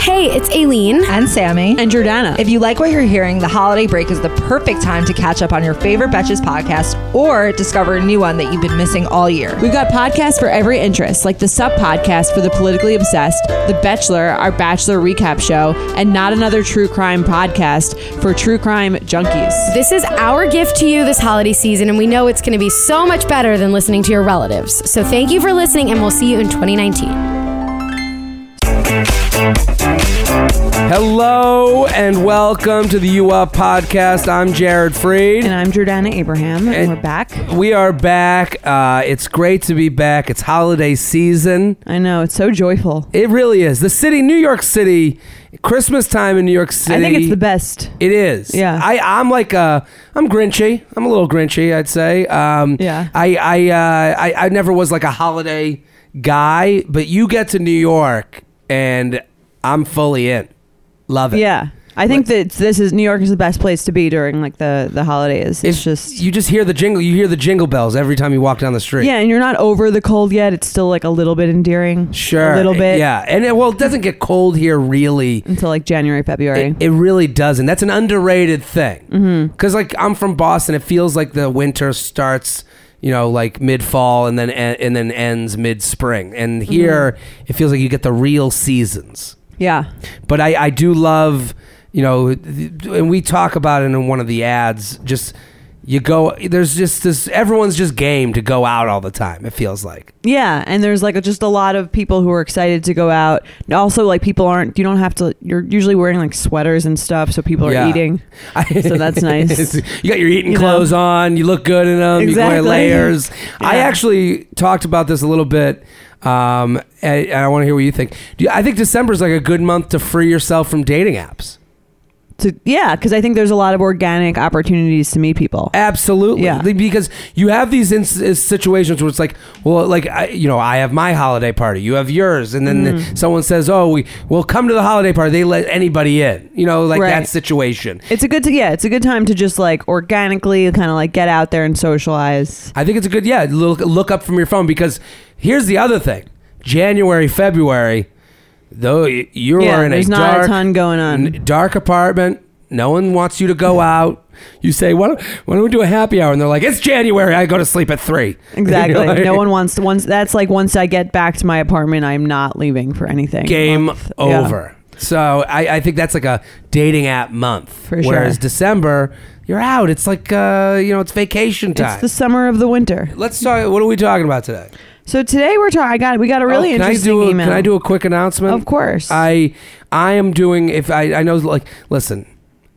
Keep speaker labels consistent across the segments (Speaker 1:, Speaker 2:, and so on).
Speaker 1: Hey, it's Aileen.
Speaker 2: and Sammy.
Speaker 3: and Jordana.
Speaker 2: If you like what you're hearing, the holiday break is the perfect time to catch up on your favorite Betches podcast or discover a new one that you've been missing all year.
Speaker 3: We've got podcasts for every interest, like the Sub Podcast for the Politically Obsessed, The Bachelor, our Bachelor recap show, and Not Another True Crime podcast for true crime junkies.
Speaker 1: This is our gift to you this holiday season, and we know it's going to be so much better than listening to your relatives. So thank you for listening, and we'll see you in 2019.
Speaker 4: Hello and welcome to the U Up podcast. I'm Jared Freed.
Speaker 3: And I'm Jordana Abraham, and,
Speaker 4: And-
Speaker 3: we're back.
Speaker 4: we are back. Uh, it's great to be back. It's holiday season.
Speaker 3: I know, it's so joyful.
Speaker 4: It really is. The city, New York City, Christmas time in New York City.
Speaker 3: I think it's the best.
Speaker 4: It is.
Speaker 3: Yeah.
Speaker 4: I, I'm like uh I'm grinchy. I'm a little grinchy, I'd say. Um
Speaker 3: Yeah.
Speaker 4: I I uh I, I never was like a holiday guy, but you get to New York and I'm fully in. Love it.
Speaker 3: Yeah. I think that this is New York is the best place to be during like the the holidays. It's
Speaker 4: If-
Speaker 3: just
Speaker 4: you just hear the jingle. You hear the jingle bells every time you walk down the street.
Speaker 3: yeah, and you're not over the cold yet. It's still like a little bit endearing.
Speaker 4: sure,
Speaker 3: A little bit.
Speaker 4: Yeah, and it, well, it doesn't get cold here really.
Speaker 3: Until like January, February.
Speaker 4: It, it really doesn't. That's an underrated
Speaker 3: Mm-hmm.
Speaker 4: thing. Because like I'm from Boston, it feels like the winter starts, you know, like mid fall and then and then ends mid spring.
Speaker 3: Mm-hmm.
Speaker 4: And here, it feels like you get the real seasons.
Speaker 3: yeah.
Speaker 4: but I, I do love you know th- and we talk about it in one of the ads just you go there's just this everyone's just game to go out all the time it feels like
Speaker 3: Yeah, and there's like just a lot of people who are excited to go out. And also, like people aren't. You don't have to. You're usually wearing like sweaters and stuff, so people are
Speaker 4: Yeah.
Speaker 3: eating. So that's nice.
Speaker 4: you got your eating
Speaker 3: You know?
Speaker 4: clothes on you look good in them you can
Speaker 3: Exactly.
Speaker 4: wear layers i
Speaker 3: Yeah.
Speaker 4: actually talked about this a little bit um, and, and i want to hear what you think Do you, i think december's like a good month to free yourself from dating apps
Speaker 3: To yeah, because I think there's a lot of organic opportunities to meet people.
Speaker 4: Absolutely.
Speaker 3: Yeah.
Speaker 4: Because you have these in- situations where it's like, well, like, I, you know, I have my holiday party, you have yours. And then
Speaker 3: Mm-hmm.
Speaker 4: someone says, oh, we will come to the holiday party. They let anybody in, you know, like
Speaker 3: Right.
Speaker 4: that situation.
Speaker 3: It's a good to, yeah, it's a good time to just like organically kind of like get out there and socialize.
Speaker 4: I think it's a good, yeah, look, look up from your phone because here's the other thing January, February, though y- you
Speaker 3: Yeah,
Speaker 4: are in
Speaker 3: there's
Speaker 4: a
Speaker 3: not a
Speaker 4: dark,
Speaker 3: ton going on.
Speaker 4: n- dark apartment. No one wants you to go out. You say, why don't, why don't we do a happy hour? And they're like, it's January. I go to sleep at three. You know,
Speaker 3: Exactly.
Speaker 4: like-
Speaker 3: no one wants to. Once that's like once I get back to my apartment, I'm not leaving for anything.
Speaker 4: game
Speaker 3: Month. Yeah.
Speaker 4: over. So I, I think that's like a dating app month.
Speaker 3: For
Speaker 4: Whereas
Speaker 3: sure.
Speaker 4: December, you're out. It's like uh, you know, it's vacation time.
Speaker 3: It's the summer of the winter.
Speaker 4: Let's talk. What are we talking about today?
Speaker 3: So today we're talking. I got we got a really
Speaker 4: Oh, can I
Speaker 3: interesting
Speaker 4: do a,
Speaker 3: email.
Speaker 4: Can I do a quick announcement?
Speaker 3: Of course.
Speaker 4: I I am doing. If I I know like listen,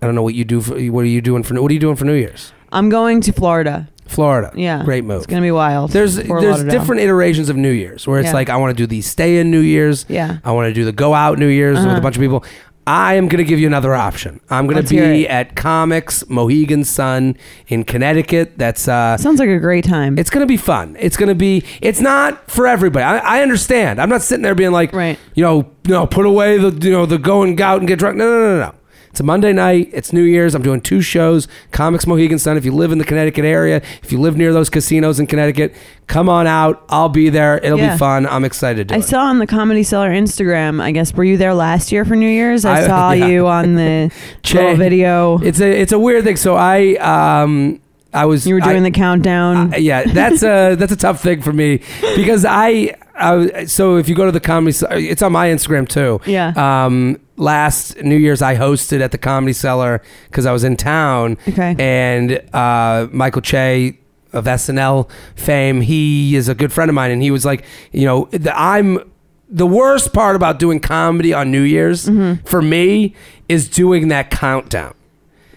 Speaker 4: I don't know what you do. For, what are you doing for? What are you doing for New Year's?
Speaker 3: I'm going to Florida.
Speaker 4: Florida.
Speaker 3: Yeah,
Speaker 4: Great move.
Speaker 3: It's gonna be wild.
Speaker 4: There's
Speaker 3: Fort
Speaker 4: there's
Speaker 3: Lauderdale.
Speaker 4: different iterations of New Year's where it's
Speaker 3: Yeah.
Speaker 4: like I want to do the stay in New Year's.
Speaker 3: Yeah. Uh-huh.
Speaker 4: I want to do the go out New Year's with a bunch of people. I am going to give you another option. I'm going
Speaker 3: Let's
Speaker 4: to
Speaker 3: hear
Speaker 4: be
Speaker 3: it.
Speaker 4: at Comics Mohegan Sun in Connecticut. That's uh
Speaker 3: Sounds like a great time.
Speaker 4: it's going to be fun. It's going to be it's not for everybody. I, I understand. I'm not sitting there being like
Speaker 3: Right.
Speaker 4: you know, no, put away the you know, the go and out and get drunk. No, no, no, no. no. It's a Monday night. It's New Year's. I'm doing two shows. Comics Mohegan Sun. If you live in the Connecticut area, if you live near those casinos in Connecticut, come on out. I'll be there. It'll
Speaker 3: Yeah.
Speaker 4: be fun. I'm excited to do
Speaker 3: I
Speaker 4: it.
Speaker 3: saw on the Comedy Cellar Instagram. I guess were you there last year for New Year's? I,
Speaker 4: I-
Speaker 3: saw
Speaker 4: yeah.
Speaker 3: you on the
Speaker 4: Che-
Speaker 3: little video.
Speaker 4: It's a it's a weird thing. So I um I was
Speaker 3: You were doing
Speaker 4: I,
Speaker 3: the countdown.
Speaker 4: I- Um, yeah, that's a that's a tough thing for me because I, I was- so if you go to the comedy, Ce- it's on my Instagram too.
Speaker 3: Yeah.
Speaker 4: Um, last New Year's I hosted at the Comedy Cellar because I was in town.
Speaker 3: Okay.
Speaker 4: And uh, Michael Che of SNL fame, he is a good friend of mine, and he was like, you know, the, I'm. The worst part
Speaker 3: Mm-hmm.
Speaker 4: about doing comedy on New Year's for me is doing that countdown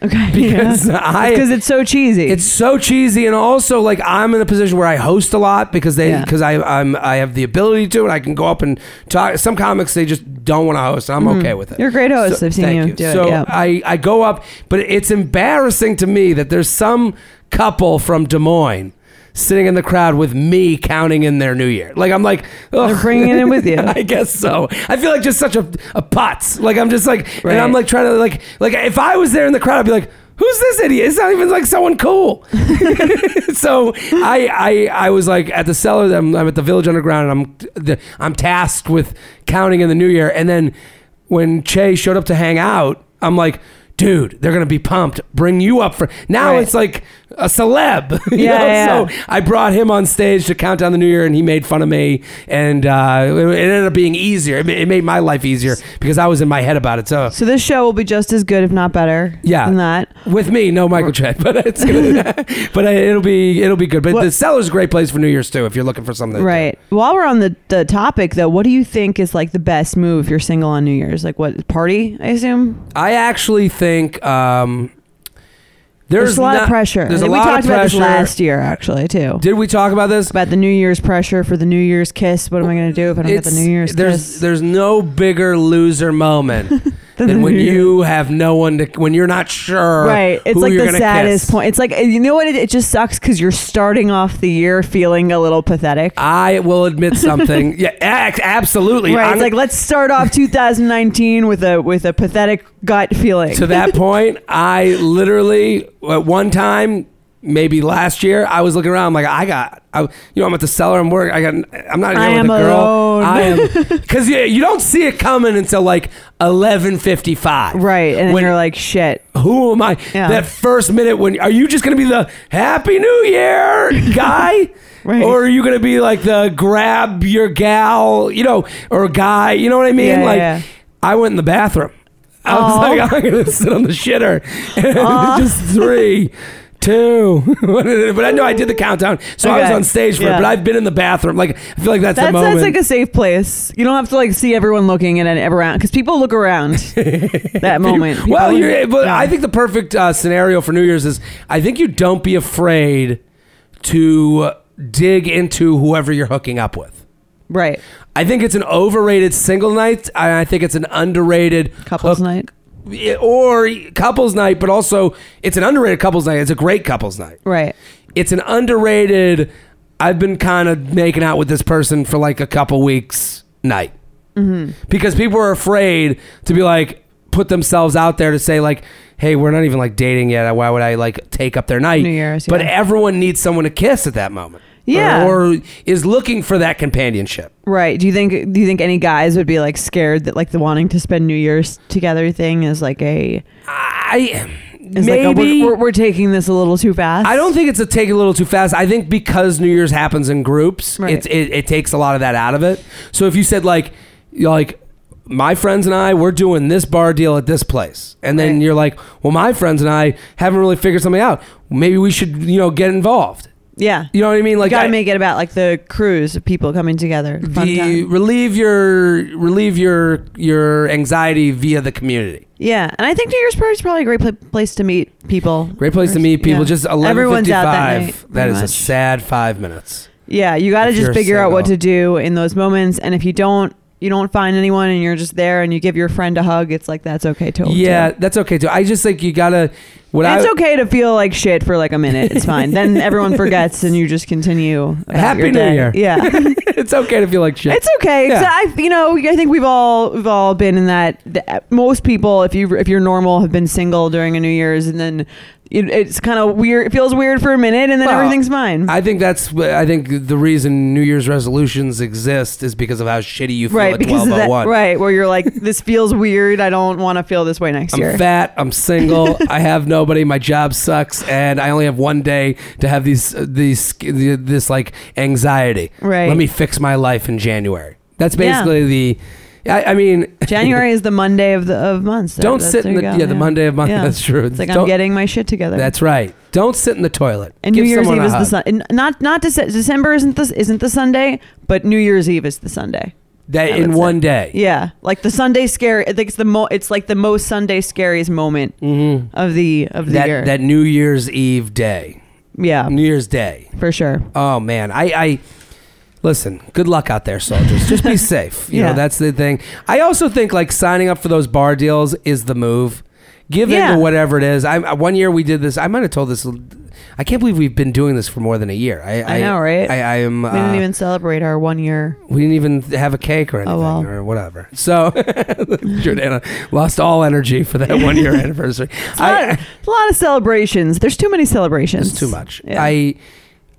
Speaker 3: Okay.
Speaker 4: Because I-
Speaker 3: because it's so cheesy.
Speaker 4: It's so cheesy, and also like I'm in a position where I host a lot because they
Speaker 3: Yeah.
Speaker 4: because I I'm I have the ability to, and I can go up and talk. Some comics they just don't want to host, and I'm okay with it.
Speaker 3: Mm-hmm. You're a great host.
Speaker 4: So-
Speaker 3: I've seen
Speaker 4: thank
Speaker 3: you do it,
Speaker 4: so
Speaker 3: yeah.
Speaker 4: I I go up, but it's embarrassing to me that there's some couple from Des Moines sitting in the crowd with me counting in their New Year. Like I'm like, Ugh.
Speaker 3: bringing it with you.
Speaker 4: I guess so. I feel like just such a a putz. Like I'm just like, and I'm
Speaker 3: Right.
Speaker 4: like trying to like like if I was there in the crowd, I'd be like. Who's this idiot? It's not even like someone cool. so I, I I was like at the cellar. I'm, I'm at the Village Underground, and I'm the, I'm tasked with counting in the New Year. And then when Che showed up to hang out, I'm like, dude, they're gonna be pumped. Bring you up for now.
Speaker 3: Right.
Speaker 4: It's like a celeb. you
Speaker 3: Yeah, yeah.
Speaker 4: know? So I brought him on stage to count down the New Year, and he made fun of me, and uh, it it ended up being easier. It ma- it made my life easier because I was in my head about it. So
Speaker 3: so this show will be just as good, if not better.
Speaker 4: Yeah.
Speaker 3: Than that.
Speaker 4: with me, no Michael Chad, but it's gonna, but I- it'll be it'll be good. But
Speaker 3: What-
Speaker 4: the cellar's a great place for New Year's too if you're looking for something. to do.
Speaker 3: Right. While we're on the, the topic, though, what do you think is like the best move if you're single on New Year's? Like what party? I assume.
Speaker 4: I actually think um, there's,
Speaker 3: There's, a lot
Speaker 4: not-
Speaker 3: of pressure.
Speaker 4: There's
Speaker 3: I
Speaker 4: a
Speaker 3: think
Speaker 4: lot
Speaker 3: we talked
Speaker 4: of
Speaker 3: about this
Speaker 4: pressure.
Speaker 3: last year, actually, too.
Speaker 4: Did we talk about this?
Speaker 3: about the New Year's pressure for the New Year's kiss. What am I going to do if I don't get the
Speaker 4: It's-
Speaker 3: New Year's
Speaker 4: there's
Speaker 3: kiss?
Speaker 4: there's no bigger loser moment
Speaker 3: the
Speaker 4: than when
Speaker 3: New Year's.
Speaker 4: you have no one to when you're not sure
Speaker 3: right. It's
Speaker 4: who
Speaker 3: like
Speaker 4: you're
Speaker 3: the
Speaker 4: gonna
Speaker 3: saddest
Speaker 4: kiss.
Speaker 3: point. It's like you know what? It, it just sucks because you're starting off the year feeling a little pathetic.
Speaker 4: I will admit something. yeah, ac- absolutely.
Speaker 3: Right,
Speaker 4: I'm-
Speaker 3: it's like let's start off 2019 with a with a pathetic gut feeling.
Speaker 4: to that point, I literally at one time, maybe last year, I was looking around I'm like I got, I, you know, I'm at the cellar. I'm working. I got. I'm not
Speaker 3: I
Speaker 4: here
Speaker 3: am
Speaker 4: with a girl.
Speaker 3: alone.
Speaker 4: I am because you, you don't see it coming until like 11:55.
Speaker 3: right, and then
Speaker 4: when
Speaker 3: you're like, shit.
Speaker 4: Who am I?
Speaker 3: Yeah.
Speaker 4: That first minute when are you just going to be the Happy New Year guy?
Speaker 3: Right.
Speaker 4: Or are you going to be like the grab your gal, you know, or guy? You know what I mean?
Speaker 3: Yeah, yeah,
Speaker 4: like,
Speaker 3: yeah. Oh.
Speaker 4: I went in the bathroom. I was
Speaker 3: Aw.
Speaker 4: like, I'm going to sit on the shitter. And just three, two. but I know I did the countdown. So I was
Speaker 3: Okay.
Speaker 4: on stage for it,
Speaker 3: Yeah.
Speaker 4: but I've been in the bathroom. Like, I feel like that's, the
Speaker 3: That's
Speaker 4: moment.
Speaker 3: that's like a safe place. You don't have to like see everyone looking and around because people look around that moment.
Speaker 4: well,
Speaker 3: People-
Speaker 4: you're, but
Speaker 3: Yeah.
Speaker 4: I think the perfect uh, scenario for New Year's is I think you don't be afraid to dig into whoever you're hooking up with.
Speaker 3: right
Speaker 4: I think it's an overrated single night. and I think it's an underrated
Speaker 3: couples
Speaker 4: hook-
Speaker 3: night.
Speaker 4: or couples night, but also it's an underrated couples night. It's a great couples night.
Speaker 3: Right.
Speaker 4: It's an underrated. I've been kind of making out with this person for like a couple weeks night
Speaker 3: Mm-hmm.
Speaker 4: because people are afraid to be like put themselves out there to say like hey we're not even like dating yet why would i like take up their night
Speaker 3: New Year's,
Speaker 4: but
Speaker 3: yeah.
Speaker 4: everyone needs someone to kiss at that moment
Speaker 3: Yeah.
Speaker 4: or, or is looking for that companionship
Speaker 3: Right. Do you think do you think any guys would be like scared that like the wanting to spend New Year's together thing is like a
Speaker 4: i
Speaker 3: is
Speaker 4: maybe
Speaker 3: like a, we're, we're, we're taking this a little too fast?
Speaker 4: I don't think it's a take a little too fast. I think because New Year's happens in groups,
Speaker 3: Right.
Speaker 4: it's, it, it takes a lot of that out of it. So if you said like, you're like, my friends and I, we're doing this bar deal at this place, and then
Speaker 3: Right.
Speaker 4: you're like, well, my friends and I haven't really figured something out. Maybe we should, you know, get involved.
Speaker 3: Yeah.
Speaker 4: You know what I mean?
Speaker 3: you
Speaker 4: Like,
Speaker 3: gotta
Speaker 4: I-
Speaker 3: make it about like the crews of people coming together. Fun
Speaker 4: the-
Speaker 3: time.
Speaker 4: relieve your relieve your your anxiety via the community.
Speaker 3: Yeah, and I think New Year's party is probably a great pla place to meet people.
Speaker 4: Great place to meet people.
Speaker 3: Yeah.
Speaker 4: Just eleven
Speaker 3: Everyone's out that night.
Speaker 4: that
Speaker 3: pretty
Speaker 4: is a
Speaker 3: much.
Speaker 4: sad five minutes.
Speaker 3: Yeah, you got to
Speaker 4: if
Speaker 3: just
Speaker 4: you're
Speaker 3: figure out what to
Speaker 4: single.
Speaker 3: do in those moments, and if you don't, you don't find anyone, and you're just there, and you give your friend a hug. It's like that's okay too.
Speaker 4: Yeah,
Speaker 3: too.
Speaker 4: that's okay too. I just think you gotta. What
Speaker 3: And
Speaker 4: I,
Speaker 3: Oh, it's okay to feel like shit for like a minute. It's fine. then everyone forgets, and you just continue. about
Speaker 4: Happy
Speaker 3: your
Speaker 4: New
Speaker 3: day.
Speaker 4: Year.
Speaker 3: Yeah.
Speaker 4: it's okay to feel like shit.
Speaker 3: It's okay.
Speaker 4: Yeah.
Speaker 3: So I, you know, I think we've all we've all been in that. that most people, if you if you're normal, have been single during a New Year's, and then it, it's kind of weird. It feels weird for a minute, and then
Speaker 4: Well,
Speaker 3: everything's fine.
Speaker 4: I think that's. I think the reason New Year's resolutions exist is because of how shitty you feel
Speaker 3: right
Speaker 4: at
Speaker 3: because
Speaker 4: twelve
Speaker 3: of
Speaker 4: oh
Speaker 3: that.
Speaker 4: one.
Speaker 3: Right where you're like, this feels weird. I don't want to feel this way next
Speaker 4: I'm
Speaker 3: year.
Speaker 4: fat. I'm single. I have nobody. My job sucks, and I only have one day to have these uh, these this like anxiety.
Speaker 3: Right.
Speaker 4: Let me fix my life in January. That's
Speaker 3: Yeah.
Speaker 4: basically the. I, I mean,
Speaker 3: January is the Monday of the of months. so
Speaker 4: Don't
Speaker 3: that's-
Speaker 4: sit in
Speaker 3: there
Speaker 4: the-
Speaker 3: you
Speaker 4: yeah, the Monday of month. That's true.
Speaker 3: It's like I'm
Speaker 4: Don't-
Speaker 3: getting my shit together.
Speaker 4: That's right. Don't sit in the toilet.
Speaker 3: and
Speaker 4: Give
Speaker 3: New Year's
Speaker 4: someone
Speaker 3: Eve
Speaker 4: a
Speaker 3: is the
Speaker 4: hug.
Speaker 3: sun. and Not not Dece- December isn't this isn't the Sunday, but New Year's Eve is the Sunday.
Speaker 4: that
Speaker 3: I
Speaker 4: in
Speaker 3: would say.
Speaker 4: one day.
Speaker 3: Yeah, like the Sunday scary. I think it's the mo. It's like the most Sunday scariest moment
Speaker 4: Mm-hmm.
Speaker 3: of the of the year.
Speaker 4: Mm. That that New Year's Eve day, Um,
Speaker 3: yeah,
Speaker 4: New Year's Day.
Speaker 3: for sure.
Speaker 4: Oh man, I, I listen. Good luck out there, soldiers. Just be safe. You
Speaker 3: Yeah.
Speaker 4: know that's the thing. I also think like signing up for those bar deals is the move. Give
Speaker 3: Yeah.
Speaker 4: in to whatever it is. I one year we did this. I might have told this. I can't believe we've been doing this for more than a year. I,
Speaker 3: I know, right?
Speaker 4: I, I am.
Speaker 3: We didn't
Speaker 4: uh,
Speaker 3: even celebrate our one year.
Speaker 4: we didn't even have a cake or anything
Speaker 3: Oh, well.
Speaker 4: or whatever. So Jordana lost all energy for that one year anniversary. I,
Speaker 3: It's a lot of celebrations. There's too many celebrations.
Speaker 4: it's too much.
Speaker 3: Yeah.
Speaker 4: I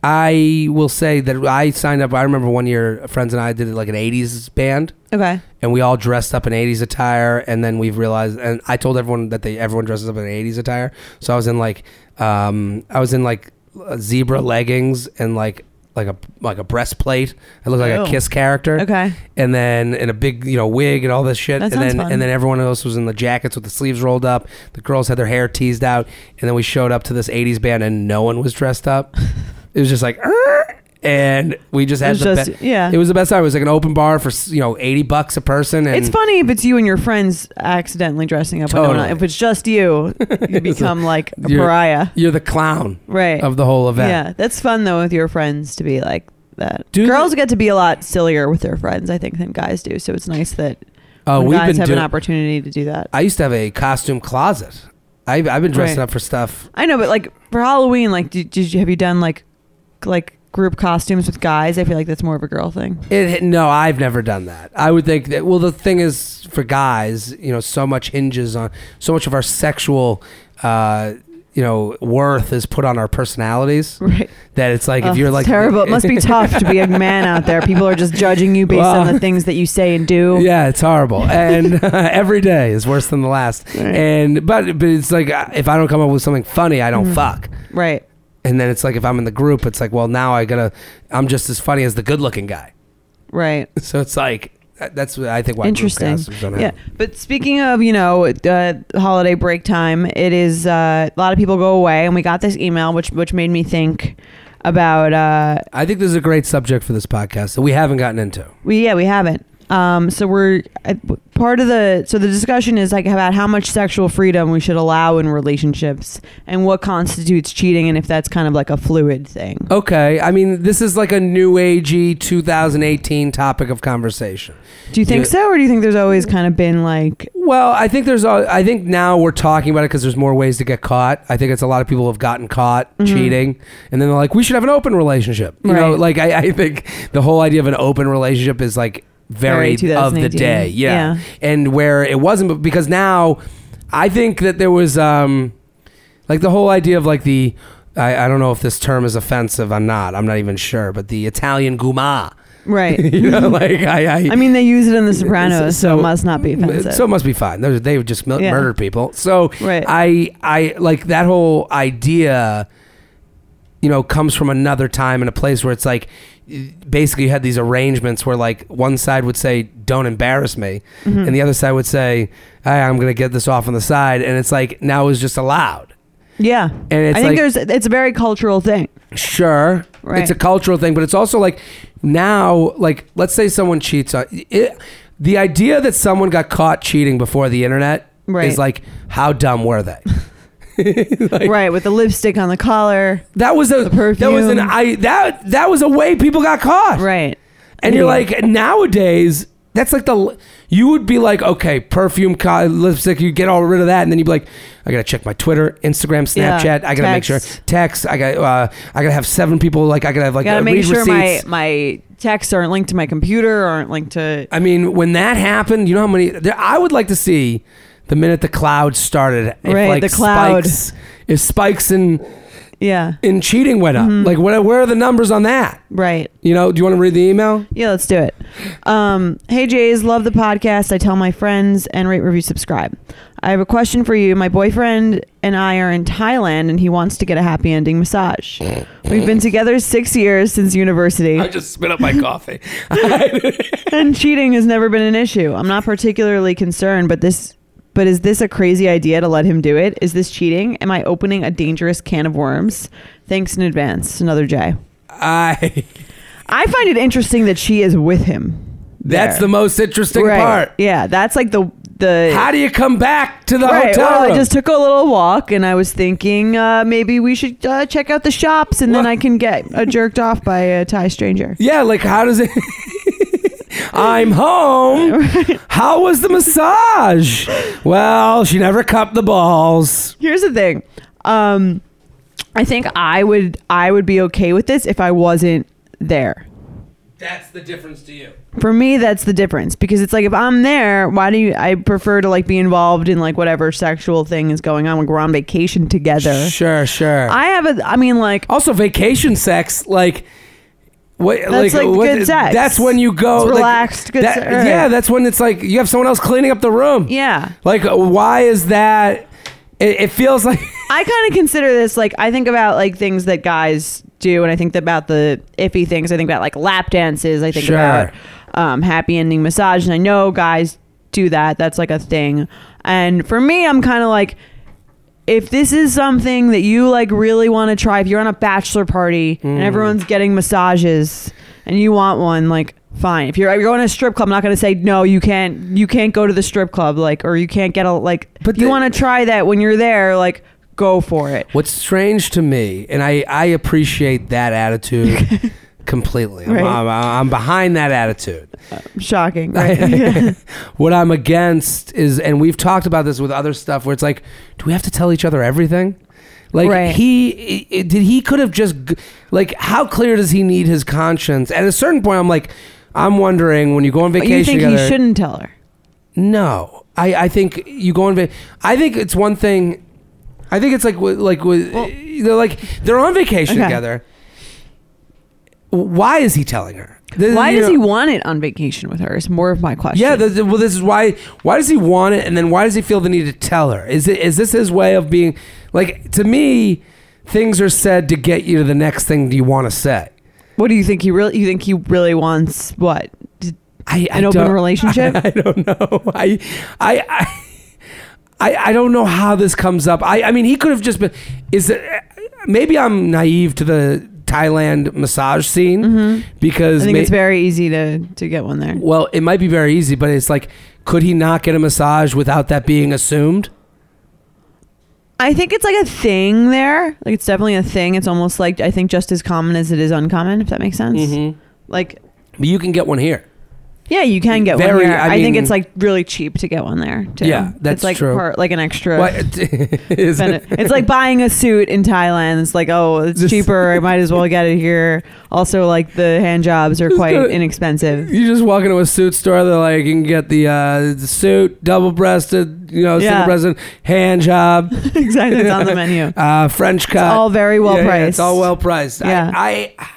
Speaker 4: I will say that I signed up. I remember one year, friends and I did like an '80s band,
Speaker 3: okay.
Speaker 4: and we all dressed up in '80s attire. And then we've realized, and I told everyone that they everyone dresses up in '80s attire. So I was in like um, I was in like uh, zebra leggings and like like a like a breastplate. I looked like
Speaker 3: Oh.
Speaker 4: a Kiss character.
Speaker 3: Okay.
Speaker 4: And then in a big, you know, wig and all this shit.
Speaker 3: That
Speaker 4: and
Speaker 3: sounds
Speaker 4: then
Speaker 3: fun.
Speaker 4: and then everyone else was in the jackets with the sleeves rolled up. The girls had their hair teased out. And then we showed up to this eighties band and no one was dressed up. it was just like "Er," and we just
Speaker 3: It
Speaker 4: had
Speaker 3: was
Speaker 4: the
Speaker 3: just-
Speaker 4: be-
Speaker 3: yeah.
Speaker 4: It was the best time. It was like an open bar for you know eighty bucks a person. And
Speaker 3: it's funny if it's you and your friends accidentally dressing up. when no one-
Speaker 4: Totally.
Speaker 3: If it's just you, you become like a
Speaker 4: You're-
Speaker 3: pariah.
Speaker 4: You're the clown
Speaker 3: Right.
Speaker 4: of the whole event.
Speaker 3: Yeah, that's fun though with your friends to be like that.
Speaker 4: Do
Speaker 3: Girls
Speaker 4: they-
Speaker 3: get to be a lot sillier with their friends, I think, than guys do. So it's nice that
Speaker 4: Oh,
Speaker 3: when
Speaker 4: we've
Speaker 3: guys
Speaker 4: been
Speaker 3: have
Speaker 4: doing.
Speaker 3: an opportunity to do that.
Speaker 4: I used to have a costume closet. I've, I've been dressing
Speaker 3: Right.
Speaker 4: up for stuff.
Speaker 3: I know, but like for Halloween, like did, did you have you done like like group costumes with guys? I feel like that's more of a girl thing.
Speaker 4: It, no, I've never done that. I would think that. Well, the thing is, for guys, you know, so much hinges on so much of our sexual, uh, you know, worth is put on our personalities.
Speaker 3: Right.
Speaker 4: That it's like
Speaker 3: Ugh,
Speaker 4: if you're
Speaker 3: it's
Speaker 4: like
Speaker 3: terrible. It must be tough to be a man out there. People are just judging you based on
Speaker 4: Well,
Speaker 3: the things that you say and do.
Speaker 4: Yeah, it's horrible, and every day is worse than the last.
Speaker 3: Right.
Speaker 4: And but but it's like uh, if I don't come up with something funny, I don't
Speaker 3: Mm-hmm.
Speaker 4: fuck.
Speaker 3: Right.
Speaker 4: And then it's like if I'm in the group, it's like well now I gotta I'm just as funny as the good looking guy.
Speaker 3: Right.
Speaker 4: So it's like that- that's what I think why group
Speaker 3: Interesting.
Speaker 4: costumes don't
Speaker 3: Yeah.
Speaker 4: happen.
Speaker 3: But speaking of, you know, uh, holiday break time, it is uh, a lot of people go away, and we got this email, which which made me think about uh,
Speaker 4: I think this is a great subject for this podcast that we haven't gotten into.
Speaker 3: we yeah we haven't. Um, so we're I, part of the so the discussion is like about how much sexual freedom we should allow in relationships and what constitutes cheating and if that's kind of like a fluid thing.
Speaker 4: Oh, Okay, I mean this is like a new agey 2018 topic of conversation.
Speaker 3: Do you think
Speaker 4: Yeah.
Speaker 3: so, or do you think there's always kind of been like
Speaker 4: Well, I think there's a, I think now we're talking about it because there's more ways to get caught. I think it's a lot of people have gotten caught cheating, and then they're like, we should have an open relationship. You know,
Speaker 3: Mm-hmm. Right.
Speaker 4: like I, I think the whole idea of an open relationship is like very,
Speaker 3: Very
Speaker 4: of the
Speaker 3: 2018.
Speaker 4: day, yeah.
Speaker 3: Yeah.
Speaker 4: And where it wasn't, but because now I think that there was um, like the whole idea of like the. I, I don't know if this term is offensive or not. I'm not even sure, but the Italian guma.
Speaker 3: right?
Speaker 4: you know, like I, I,
Speaker 3: I mean, they use it in The Sopranos, so,
Speaker 4: So-
Speaker 3: it must not be offensive.
Speaker 4: Mm, so it must be fine. Those- They just mil-
Speaker 3: Yeah.
Speaker 4: murdered people. So
Speaker 3: Right.
Speaker 4: I I like that whole idea. You know, comes from another time and a place where it's like, basically, you had these arrangements where like one side would say, "Don't embarrass me,"
Speaker 3: Mm-hmm.
Speaker 4: and the other side would say, "Hey, I'm going to get this off on the side," and it's like now it's just allowed.
Speaker 3: yeah,
Speaker 4: And it's
Speaker 3: I think
Speaker 4: like-
Speaker 3: there's it's a very cultural thing.
Speaker 4: Sure.
Speaker 3: Right.
Speaker 4: It's a cultural thing, but it's also like now, like, let's say someone cheats on it, the idea that someone got caught cheating before the internet
Speaker 3: Right.
Speaker 4: is like, how dumb were they? Like,
Speaker 3: right with the lipstick on the collar
Speaker 4: That was a
Speaker 3: The perfume.
Speaker 4: that was an I that that was a way people got caught.
Speaker 3: right
Speaker 4: And you're
Speaker 3: Yeah.
Speaker 4: like nowadays, that's like the you would be like, okay, perfume, co- lipstick, you get all rid of that, and then you'd be like, I gotta check my Twitter, Instagram,
Speaker 3: Yeah,
Speaker 4: Snapchat. I gotta make sure
Speaker 3: text.
Speaker 4: text. I got uh, I gotta have seven people. Like I gotta have like
Speaker 3: gotta
Speaker 4: uh,
Speaker 3: make
Speaker 4: read
Speaker 3: sure
Speaker 4: receipts.
Speaker 3: my my texts aren't linked to my computer aren't linked to
Speaker 4: I mean, when that happened, you know how many? There, I would like to see the minute the cloud started. If
Speaker 3: Right,
Speaker 4: like
Speaker 3: the cloud.
Speaker 4: Spikes, if spikes in
Speaker 3: yeah
Speaker 4: in cheating went up,
Speaker 3: Mm-hmm.
Speaker 4: like what? Where are the numbers on that?
Speaker 3: right
Speaker 4: You know? Do you want to read the email?
Speaker 3: yeah let's do it um hey jays love the podcast i tell my friends and rate review subscribe i have a question for you my boyfriend and i are in thailand and he wants to get a happy ending massage we've been together six years since university
Speaker 4: just spit up my coffee.
Speaker 3: and cheating has never been an issue. I'm not particularly concerned, but this but is this a crazy idea to let him do it? Is this cheating? Am I opening a dangerous can of worms? Thanks in advance. Another J.
Speaker 4: I
Speaker 3: I find it interesting that she is with him.
Speaker 4: That's
Speaker 3: there.
Speaker 4: the most interesting
Speaker 3: right.
Speaker 4: part.
Speaker 3: Yeah, that's like the the
Speaker 4: How do you come back to the
Speaker 3: right.
Speaker 4: hotel
Speaker 3: Well, I
Speaker 4: room?
Speaker 3: just took a little walk, and I was thinking uh, maybe we should uh, check out the shops, and then
Speaker 4: What?
Speaker 3: I can get uh, jerked off by a Thai stranger.
Speaker 4: yeah, like how does it? I'm home. How was the massage? Well, she never cupped the balls.
Speaker 3: Here's the thing, um, I think I would I would be okay with this if I wasn't there.
Speaker 4: That's the difference to you.
Speaker 3: For me, that's the difference because it's like if I'm there, why do you? I prefer to like be involved in like whatever sexual thing is going on. Like we're on vacation together.
Speaker 4: Sure, sure.
Speaker 3: I have a. I mean, like
Speaker 4: also, vacation sex, like. What,
Speaker 3: That's like
Speaker 4: what-
Speaker 3: good sex.
Speaker 4: That's when you go
Speaker 3: It's
Speaker 4: like,
Speaker 3: relaxed, good
Speaker 4: that-
Speaker 3: se- right.
Speaker 4: Yeah, that's when it's like you have someone else cleaning up the room.
Speaker 3: yeah.
Speaker 4: Like, why is that? It, it feels like
Speaker 3: I kind of consider this like I think about like things that guys do, and I think about the iffy things. I think about like lap dances. I think
Speaker 4: Sure.
Speaker 3: about um, happy ending massage, and I know guys do that. That's like a thing. And for me, I'm kind of like, if this is something that you like really want to try, if you're on a bachelor party
Speaker 4: Mm.
Speaker 3: and everyone's getting massages and you want one, like fine. If you're, you're going to a strip club, I'm not going to say no. You can't. You can't go to the strip club, like, or you can't get a like.
Speaker 4: But
Speaker 3: But you
Speaker 4: the-
Speaker 3: want to try that when you're there, like, go for it.
Speaker 4: What's strange to me, and I, I appreciate that attitude completely. I'm,
Speaker 3: Right.
Speaker 4: I'm, I'm behind that attitude.
Speaker 3: Shocking. Right?
Speaker 4: what I'm against is, and we've talked about this with other stuff where it's like, do we have to tell each other everything? Like
Speaker 3: Right.
Speaker 4: he i- i- did, he could have just g- like how clear does he need his conscience? At a certain point, I'm like, I'm wondering when you go on
Speaker 3: But
Speaker 4: vacation.
Speaker 3: you think
Speaker 4: together,
Speaker 3: he shouldn't tell her?
Speaker 4: No, I, I think you go on. Va- I think it's one thing. I think it's like wi- like wi- they're like they're on vacation
Speaker 3: Okay.
Speaker 4: together. Why is he telling her? This-
Speaker 3: Why
Speaker 4: Uh, you
Speaker 3: does
Speaker 4: know-
Speaker 3: he want it on vacation with her? Is more of my question.
Speaker 4: Yeah, this, well, this is why. Why does he want it, and then why does he feel the need to tell her? Is it is this his way of being like to me? Things are said to get you to the next thing you want to say.
Speaker 3: what do you think he really? You think he really wants what? D-
Speaker 4: I, I
Speaker 3: An open
Speaker 4: don't-
Speaker 3: relationship?
Speaker 4: I, don't know. I, I, I, I, I don't know how this comes up. I, I mean, he could have just been. Is it? Maybe I'm naive to the Thailand massage scene
Speaker 3: Mm-hmm.
Speaker 4: because
Speaker 3: I think
Speaker 4: may-
Speaker 3: it's very easy to to get one there.
Speaker 4: well, it might be very easy, but it's like, could he not get a massage without that being assumed?
Speaker 3: I think it's like a thing there. Like it's definitely a thing. It's almost like I think just as common as it is uncommon. If that makes sense.
Speaker 4: Mm-hmm.
Speaker 3: Like
Speaker 4: But you can get one here.
Speaker 3: yeah, you can get one
Speaker 4: Very-
Speaker 3: there.
Speaker 4: I
Speaker 3: I, think
Speaker 4: mean-
Speaker 3: it's like really cheap to get one there. Too.
Speaker 4: Yeah, that's
Speaker 3: it's like
Speaker 4: true.
Speaker 3: Part, like an extra.
Speaker 4: What is
Speaker 3: bene- it's like buying a suit in Thailand. It's like, oh, it's
Speaker 4: Just-
Speaker 3: cheaper. I might as well get it here. Also, like the hand jobs are
Speaker 4: Just
Speaker 3: quite
Speaker 4: gotta-
Speaker 3: inexpensive.
Speaker 4: You just walk into a suit store. They're like, you can get the, uh, the suit, double breasted, you know,
Speaker 3: Yeah.
Speaker 4: single breasted, hand job,
Speaker 3: exactly, it's on the menu.
Speaker 4: uh, French cut.
Speaker 3: all very well
Speaker 4: Yeah, yeah, it's
Speaker 3: priced.
Speaker 4: all well priced.
Speaker 3: Yeah.
Speaker 4: I, I,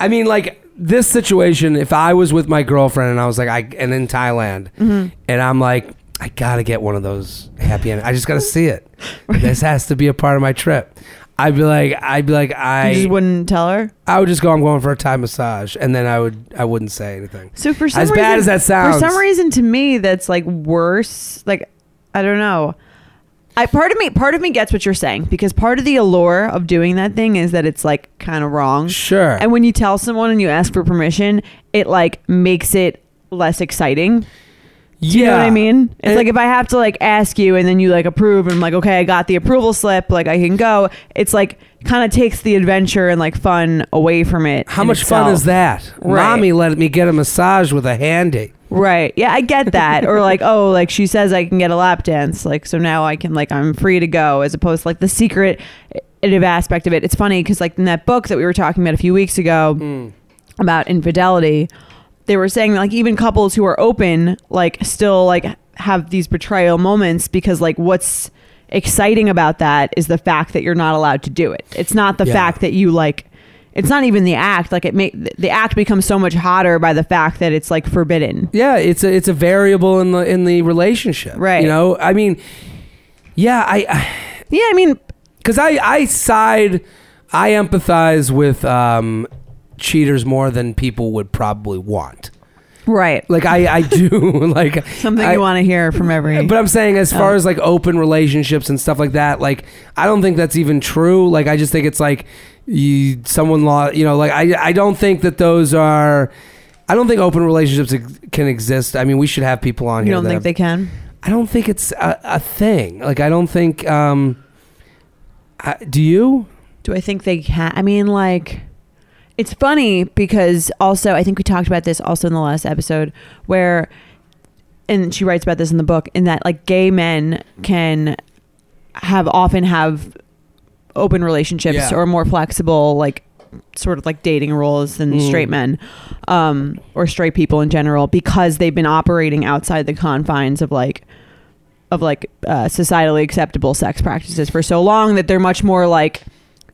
Speaker 4: I mean, like this situation. If I was with my girlfriend and I was like, I and in Thailand,
Speaker 3: Mm-hmm.
Speaker 4: and I'm like, I gotta get one of those happy end. I just gotta see it. This has to be a part of my trip. I'd be like, I'd be like,
Speaker 3: You just
Speaker 4: I,
Speaker 3: wouldn't tell her.
Speaker 4: I would just go. I'm going for a Thai massage, and then I would, I wouldn't say anything.
Speaker 3: So for some
Speaker 4: As
Speaker 3: reason,
Speaker 4: bad as that sounds.
Speaker 3: for some reason to me, that's like worse. Like I don't know. I part of me, part of me gets what you're saying because part of the allure of doing that thing is that it's like kind of wrong.
Speaker 4: Sure.
Speaker 3: And when you tell someone and you ask for permission, it like makes it less exciting.
Speaker 4: yeah.
Speaker 3: You know what I mean? It's like if I have to like ask you and then you like approve and I'm like, okay, I got the approval slip, like I can go. It's like kind of takes the adventure and like fun away from it.
Speaker 4: How
Speaker 3: in
Speaker 4: much fun
Speaker 3: itself.
Speaker 4: is that?
Speaker 3: Right.
Speaker 4: Mommy let me get a massage with a handy.
Speaker 3: Right. Yeah, I get that. or like, oh, like she says I can get a lap dance. Like, so now I can, like, I'm free to go as opposed to like the secret secretive aspect of it. It's funny because, like, in that book that we were talking about a few weeks ago about infidelity, they were saying, like, even couples who are open, like, still, like, have these betrayal moments because, like, what's exciting about that is the fact that you're not allowed to do it. It's not the
Speaker 4: Yeah.
Speaker 3: fact that you, like, it's not even the act. Like it may, the act becomes so much hotter by the fact that it's like forbidden.
Speaker 4: yeah it's a it's a variable in the in the relationship
Speaker 3: Right.
Speaker 4: you know i mean yeah i
Speaker 3: Yeah, I mean,
Speaker 4: because I, I side i empathize with um cheaters more than people would probably want
Speaker 3: right.
Speaker 4: like i i do like
Speaker 3: Something
Speaker 4: I,
Speaker 3: you want to hear from every.
Speaker 4: but i'm saying as
Speaker 3: Oh.
Speaker 4: far as like open relationships and stuff like that like i don't think that's even true like i just think it's like you someone lost you know like i i don't think that those are I don't think open relationships ex- can exist. I mean, we should have people on
Speaker 3: You
Speaker 4: here.
Speaker 3: don't
Speaker 4: that
Speaker 3: think
Speaker 4: have-
Speaker 3: they can?
Speaker 4: I don't think it's a, a thing. Like, I don't think. Um, I, do you?
Speaker 3: Do I think they can? I mean, like, it's funny because also, I think we talked about this also in the last episode where, and she writes about this in the book, in that, like, gay men can have often have open relationships
Speaker 4: Yeah.
Speaker 3: or more flexible, like, sort of like dating rules than
Speaker 4: Mm.
Speaker 3: straight men um, or straight people in general because they've been operating outside the confines of like of like uh, societally acceptable sex practices for so long that they're much more like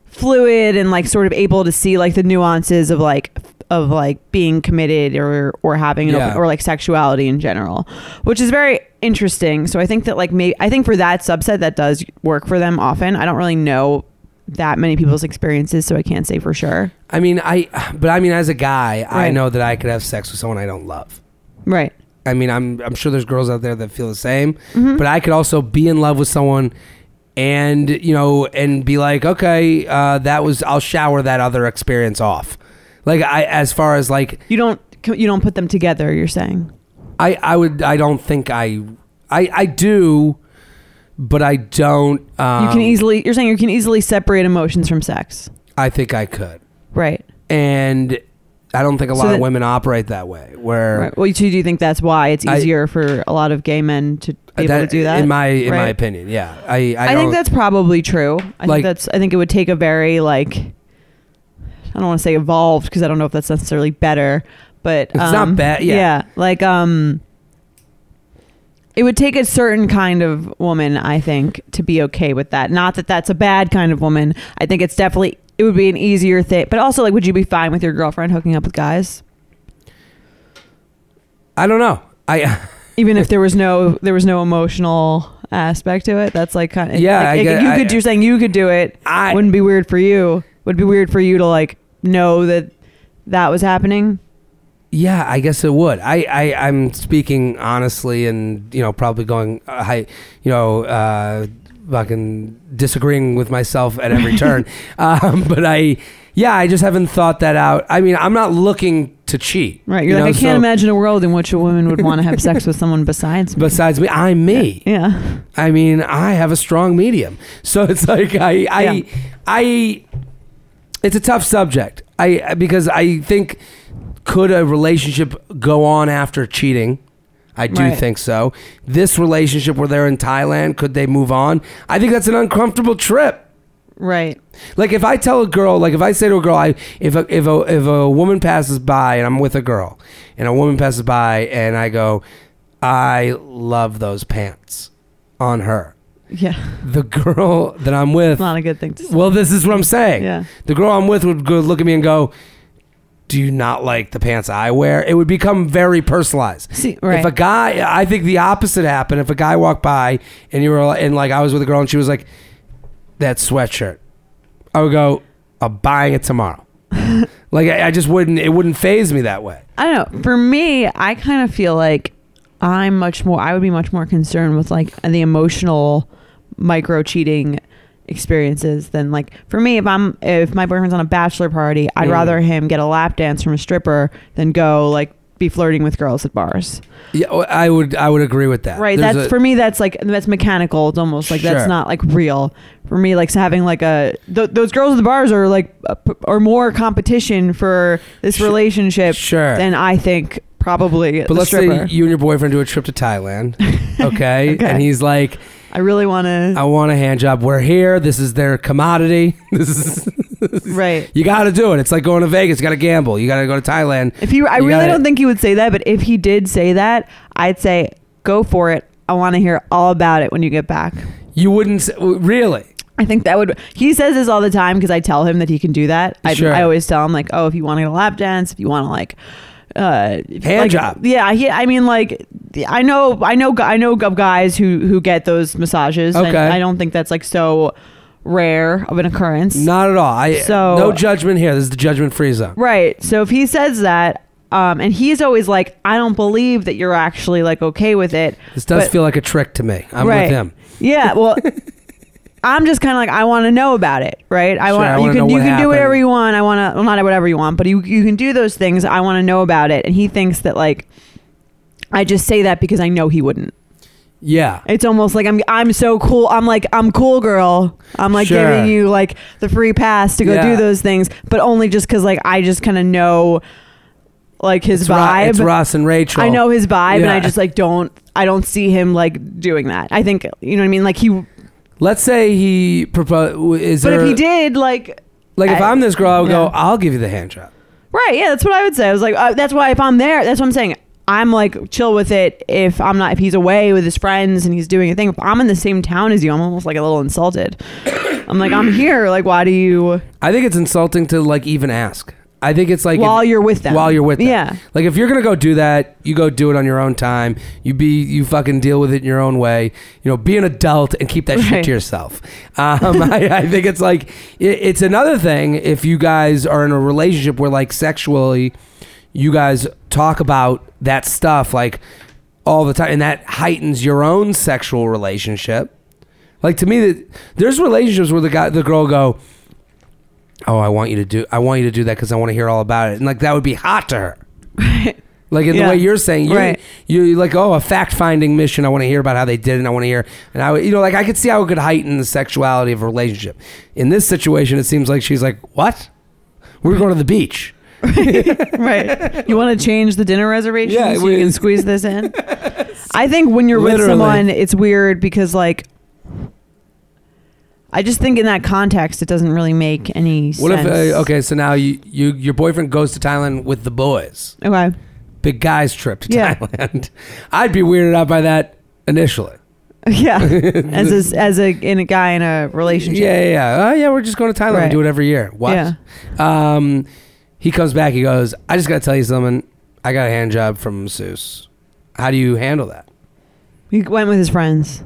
Speaker 3: fluid and like sort of able to see like the nuances of like of like being committed or or having an
Speaker 4: Yeah.
Speaker 3: open, or like sexuality in general which is very interesting so i think that like maybe i think for that subset that does work for them often i don't really know that many people's experiences so i can't say for sure
Speaker 4: I mean, I. But I mean, as a guy, I
Speaker 3: Right.
Speaker 4: know that I could have sex with someone I don't love.
Speaker 3: right
Speaker 4: I mean, I'm I'm sure there's girls out there that feel the same,
Speaker 3: Mm-hmm.
Speaker 4: but I could also be in love with someone, and you know, and be like, okay, uh, that was I'll shower that other experience off. Like I, as far as like
Speaker 3: you don't you don't put them together you're saying
Speaker 4: I, I would I don't think I I I do, but I don't. Um,
Speaker 3: you can easily you're saying you can easily separate emotions from sex
Speaker 4: I think I could,
Speaker 3: right
Speaker 4: and I don't think a
Speaker 3: So
Speaker 4: lot of
Speaker 3: that-
Speaker 4: women operate that way. Where
Speaker 3: Right. Well, so do you think that's why it's
Speaker 4: I-
Speaker 3: easier for a lot of gay men to be able to do that?
Speaker 4: in my in my
Speaker 3: Right.
Speaker 4: opinion, yeah. I I,
Speaker 3: I,
Speaker 4: don't-
Speaker 3: think that's probably true. I
Speaker 4: Like-
Speaker 3: think that's. I think it would take a very like. I don't want to say evolved because I don't know if that's necessarily better, but um,
Speaker 4: It's not bad, yeah.
Speaker 3: like um. It would take a certain kind of woman, I think, to be okay with that. Not that that's a bad kind of woman. I think it's definitely it would be an easier thing. But also, like, would you be fine with your girlfriend hooking up with guys,
Speaker 4: I don't know. I
Speaker 3: even if there was no there was no emotional aspect to it? That's like kind of
Speaker 4: Yeah,
Speaker 3: Like,
Speaker 4: I
Speaker 3: like,
Speaker 4: get-
Speaker 3: you
Speaker 4: I-
Speaker 3: could. you're saying you could do it.
Speaker 4: I
Speaker 3: wouldn't be weird for you. Would be weird for you to like know that that was happening.
Speaker 4: Yeah, I guess it would. I, I I'm speaking honestly, and you know, probably going uh, high, you know, uh, fucking disagreeing with myself at every turn. um, but I, yeah, I just haven't thought that out. I mean, I'm not looking to cheat.
Speaker 3: Right. You're
Speaker 4: you
Speaker 3: like,
Speaker 4: know,
Speaker 3: I can't
Speaker 4: so-
Speaker 3: imagine a world in which a woman would want to have sex with someone besides me.
Speaker 4: Besides me, I'm me.
Speaker 3: yeah.
Speaker 4: I mean, I have a strong medium. So it's like I I
Speaker 3: Yeah.
Speaker 4: I it's a tough subject. I because I think could a relationship go on after cheating? I do
Speaker 3: Right.
Speaker 4: think so. This relationship where they're in Thailand, could they move on? I think that's an uncomfortable trip.
Speaker 3: Right.
Speaker 4: Like if I tell a girl, like if I say to a girl, I if a, if a if a woman passes by and I'm with a girl, and a woman passes by and I go, I love those pants on her.
Speaker 3: Yeah.
Speaker 4: The girl that I'm with.
Speaker 3: It's not a good thing to say.
Speaker 4: Well, this is what I'm saying.
Speaker 3: Yeah.
Speaker 4: The girl I'm with would go look at me and go, "Do you not like the pants I wear?" It would become very personalized.
Speaker 3: See, right.
Speaker 4: If a guy, I think the opposite happened. If a guy walked by and you were and like I was with a girl and she was like, "That sweatshirt," I would go, "I'm buying it tomorrow." like I, I just wouldn't. It wouldn't phase me that way.
Speaker 3: I don't know. For me, I kind of feel like I'm much more. I would be much more concerned with like the emotional micro cheating experiences than like for me if I'm if my boyfriend's on a bachelor party, I'd
Speaker 4: Mm.
Speaker 3: rather him get a lap dance from a stripper than go like be flirting with girls at bars.
Speaker 4: Yeah, oh, I would. I would agree with that.
Speaker 3: Right.
Speaker 4: There's
Speaker 3: that's
Speaker 4: a-
Speaker 3: for me. That's like that's mechanical. It's almost like
Speaker 4: Sure.
Speaker 3: that's not like real for me. Like so having like a th- those girls at the bars are like uh, p- are more competition for this
Speaker 4: Sure.
Speaker 3: relationship
Speaker 4: Sure.
Speaker 3: than I think probably.
Speaker 4: But
Speaker 3: the
Speaker 4: let's
Speaker 3: stripper.
Speaker 4: say you and your boyfriend do a trip to Thailand, okay?
Speaker 3: Okay.
Speaker 4: And he's like,
Speaker 3: I really want to.
Speaker 4: I want a hand job. We're here. This is their commodity. This is
Speaker 3: Right.
Speaker 4: you got to do it. It's like going to Vegas. You got to gamble. You got to go to Thailand.
Speaker 3: If he, I
Speaker 4: You
Speaker 3: really
Speaker 4: gotta-
Speaker 3: don't think he would say that, but if he did say that, I'd say go for it. I want to hear all about it when you get back.
Speaker 4: You wouldn't s- w- really.
Speaker 3: I think that would. He says this all the time because I tell him that he can do that. I,
Speaker 4: Sure.
Speaker 3: I always tell him like, oh, if you want to get a lap dance, if you want to like, uh, if you-
Speaker 4: Hand
Speaker 3: like-
Speaker 4: job.
Speaker 3: Yeah, he, I mean, like, I know, I know, gu- I know of guys who who get those massages. and
Speaker 4: Okay.
Speaker 3: I, don't think that's like so rare of an occurrence.
Speaker 4: Not at all. I
Speaker 3: So-
Speaker 4: no judgment here. This is the judgment free zone.
Speaker 3: Right. So if he says that, um, and he's always like, I don't believe that you're actually like okay with it.
Speaker 4: This does
Speaker 3: but-
Speaker 4: feel like a trick to me. I'm
Speaker 3: Right.
Speaker 4: with him.
Speaker 3: Yeah. Well, I'm just kind of like I want to know about it, right? I
Speaker 4: Sure, I
Speaker 3: want you
Speaker 4: wanna
Speaker 3: can
Speaker 4: know
Speaker 3: you
Speaker 4: what
Speaker 3: can do whatever
Speaker 4: happened.
Speaker 3: you want. I want to well, not whatever you want, but you you can do those things. I want to know about it, and he thinks that like I just say that because I know he wouldn't.
Speaker 4: Yeah.
Speaker 3: It's almost like I'm I'm so cool. I'm like I'm cool, girl. I'm like
Speaker 4: Sure.
Speaker 3: giving you like the free pass to go
Speaker 4: Yeah.
Speaker 3: do those things, but only just because like I just kind of know like his
Speaker 4: It's, Ro-
Speaker 3: vibe.
Speaker 4: it's Ross and Rachel.
Speaker 3: I know his vibe, and I
Speaker 4: Yeah.
Speaker 3: just like don't. I don't see him like doing that. I think you know what I mean. Like he,
Speaker 4: Let's say he proposed. Is
Speaker 3: but
Speaker 4: there,
Speaker 3: if he did, like
Speaker 4: like if
Speaker 3: I-
Speaker 4: I'm this girl, I would go.
Speaker 3: yeah.
Speaker 4: I'll give you the hand job.
Speaker 3: right, yeah, that's what I would say. I was like, uh, that's why if I'm there, that's what I'm saying. I'm like chill with it. If I'm not, if he's away with his friends and he's doing a thing, if I'm in the same town as you, I'm almost like a little insulted. I'm like, I'm here. Like, why do you?
Speaker 4: I think it's insulting to like even ask. I think it's like
Speaker 3: While you're with them.
Speaker 4: While you're with them.
Speaker 3: Yeah.
Speaker 4: Like if you're gonna go do that, you go do it on your own time. You be you fucking deal with it in your own way. You know, be an adult and keep that
Speaker 3: Right.
Speaker 4: shit to yourself. Um, I, I think it's like it, it's another thing if you guys are in a relationship where like sexually, you guys talk about that stuff like all the time, and that heightens your own sexual relationship. Like to me, that there's relationships where the guy, the girl, go, "Oh, I want you to do, I want you to do that because I want to hear all about it," and like that would be hot to her. Like in
Speaker 3: Yeah.
Speaker 4: the way you're saying, you
Speaker 3: Right.
Speaker 4: you you're like, oh, a fact finding mission. I want to hear about how they did, it, and I want to hear, and I, would- you know, like I could see how it could heighten the sexuality of a relationship. In this situation, it seems like she's like, what? We're going to the beach.
Speaker 3: right. You want to change the dinner reservation
Speaker 4: Yeah,
Speaker 3: so
Speaker 4: we-
Speaker 3: you can squeeze this in? I think when you're with
Speaker 4: Literally.
Speaker 3: someone, it's weird because, like, I just think in that context, it doesn't really make any
Speaker 4: What
Speaker 3: sense.
Speaker 4: if? Uh, okay, so now you, you your boyfriend goes to Thailand with the boys,
Speaker 3: Okay.
Speaker 4: big guys trip to
Speaker 3: Yeah.
Speaker 4: Thailand. I'd be weirded out by that initially.
Speaker 3: Yeah. as a, as a, in a guy in a relationship.
Speaker 4: Yeah, yeah, yeah. Oh, yeah, we're just going to Thailand.
Speaker 3: Right.
Speaker 4: We do it every year. What?
Speaker 3: Yeah.
Speaker 4: Um, he comes back. He goes, I just got to tell you something. I got a hand job from masseuse. How do you handle that?
Speaker 3: He went with his friends.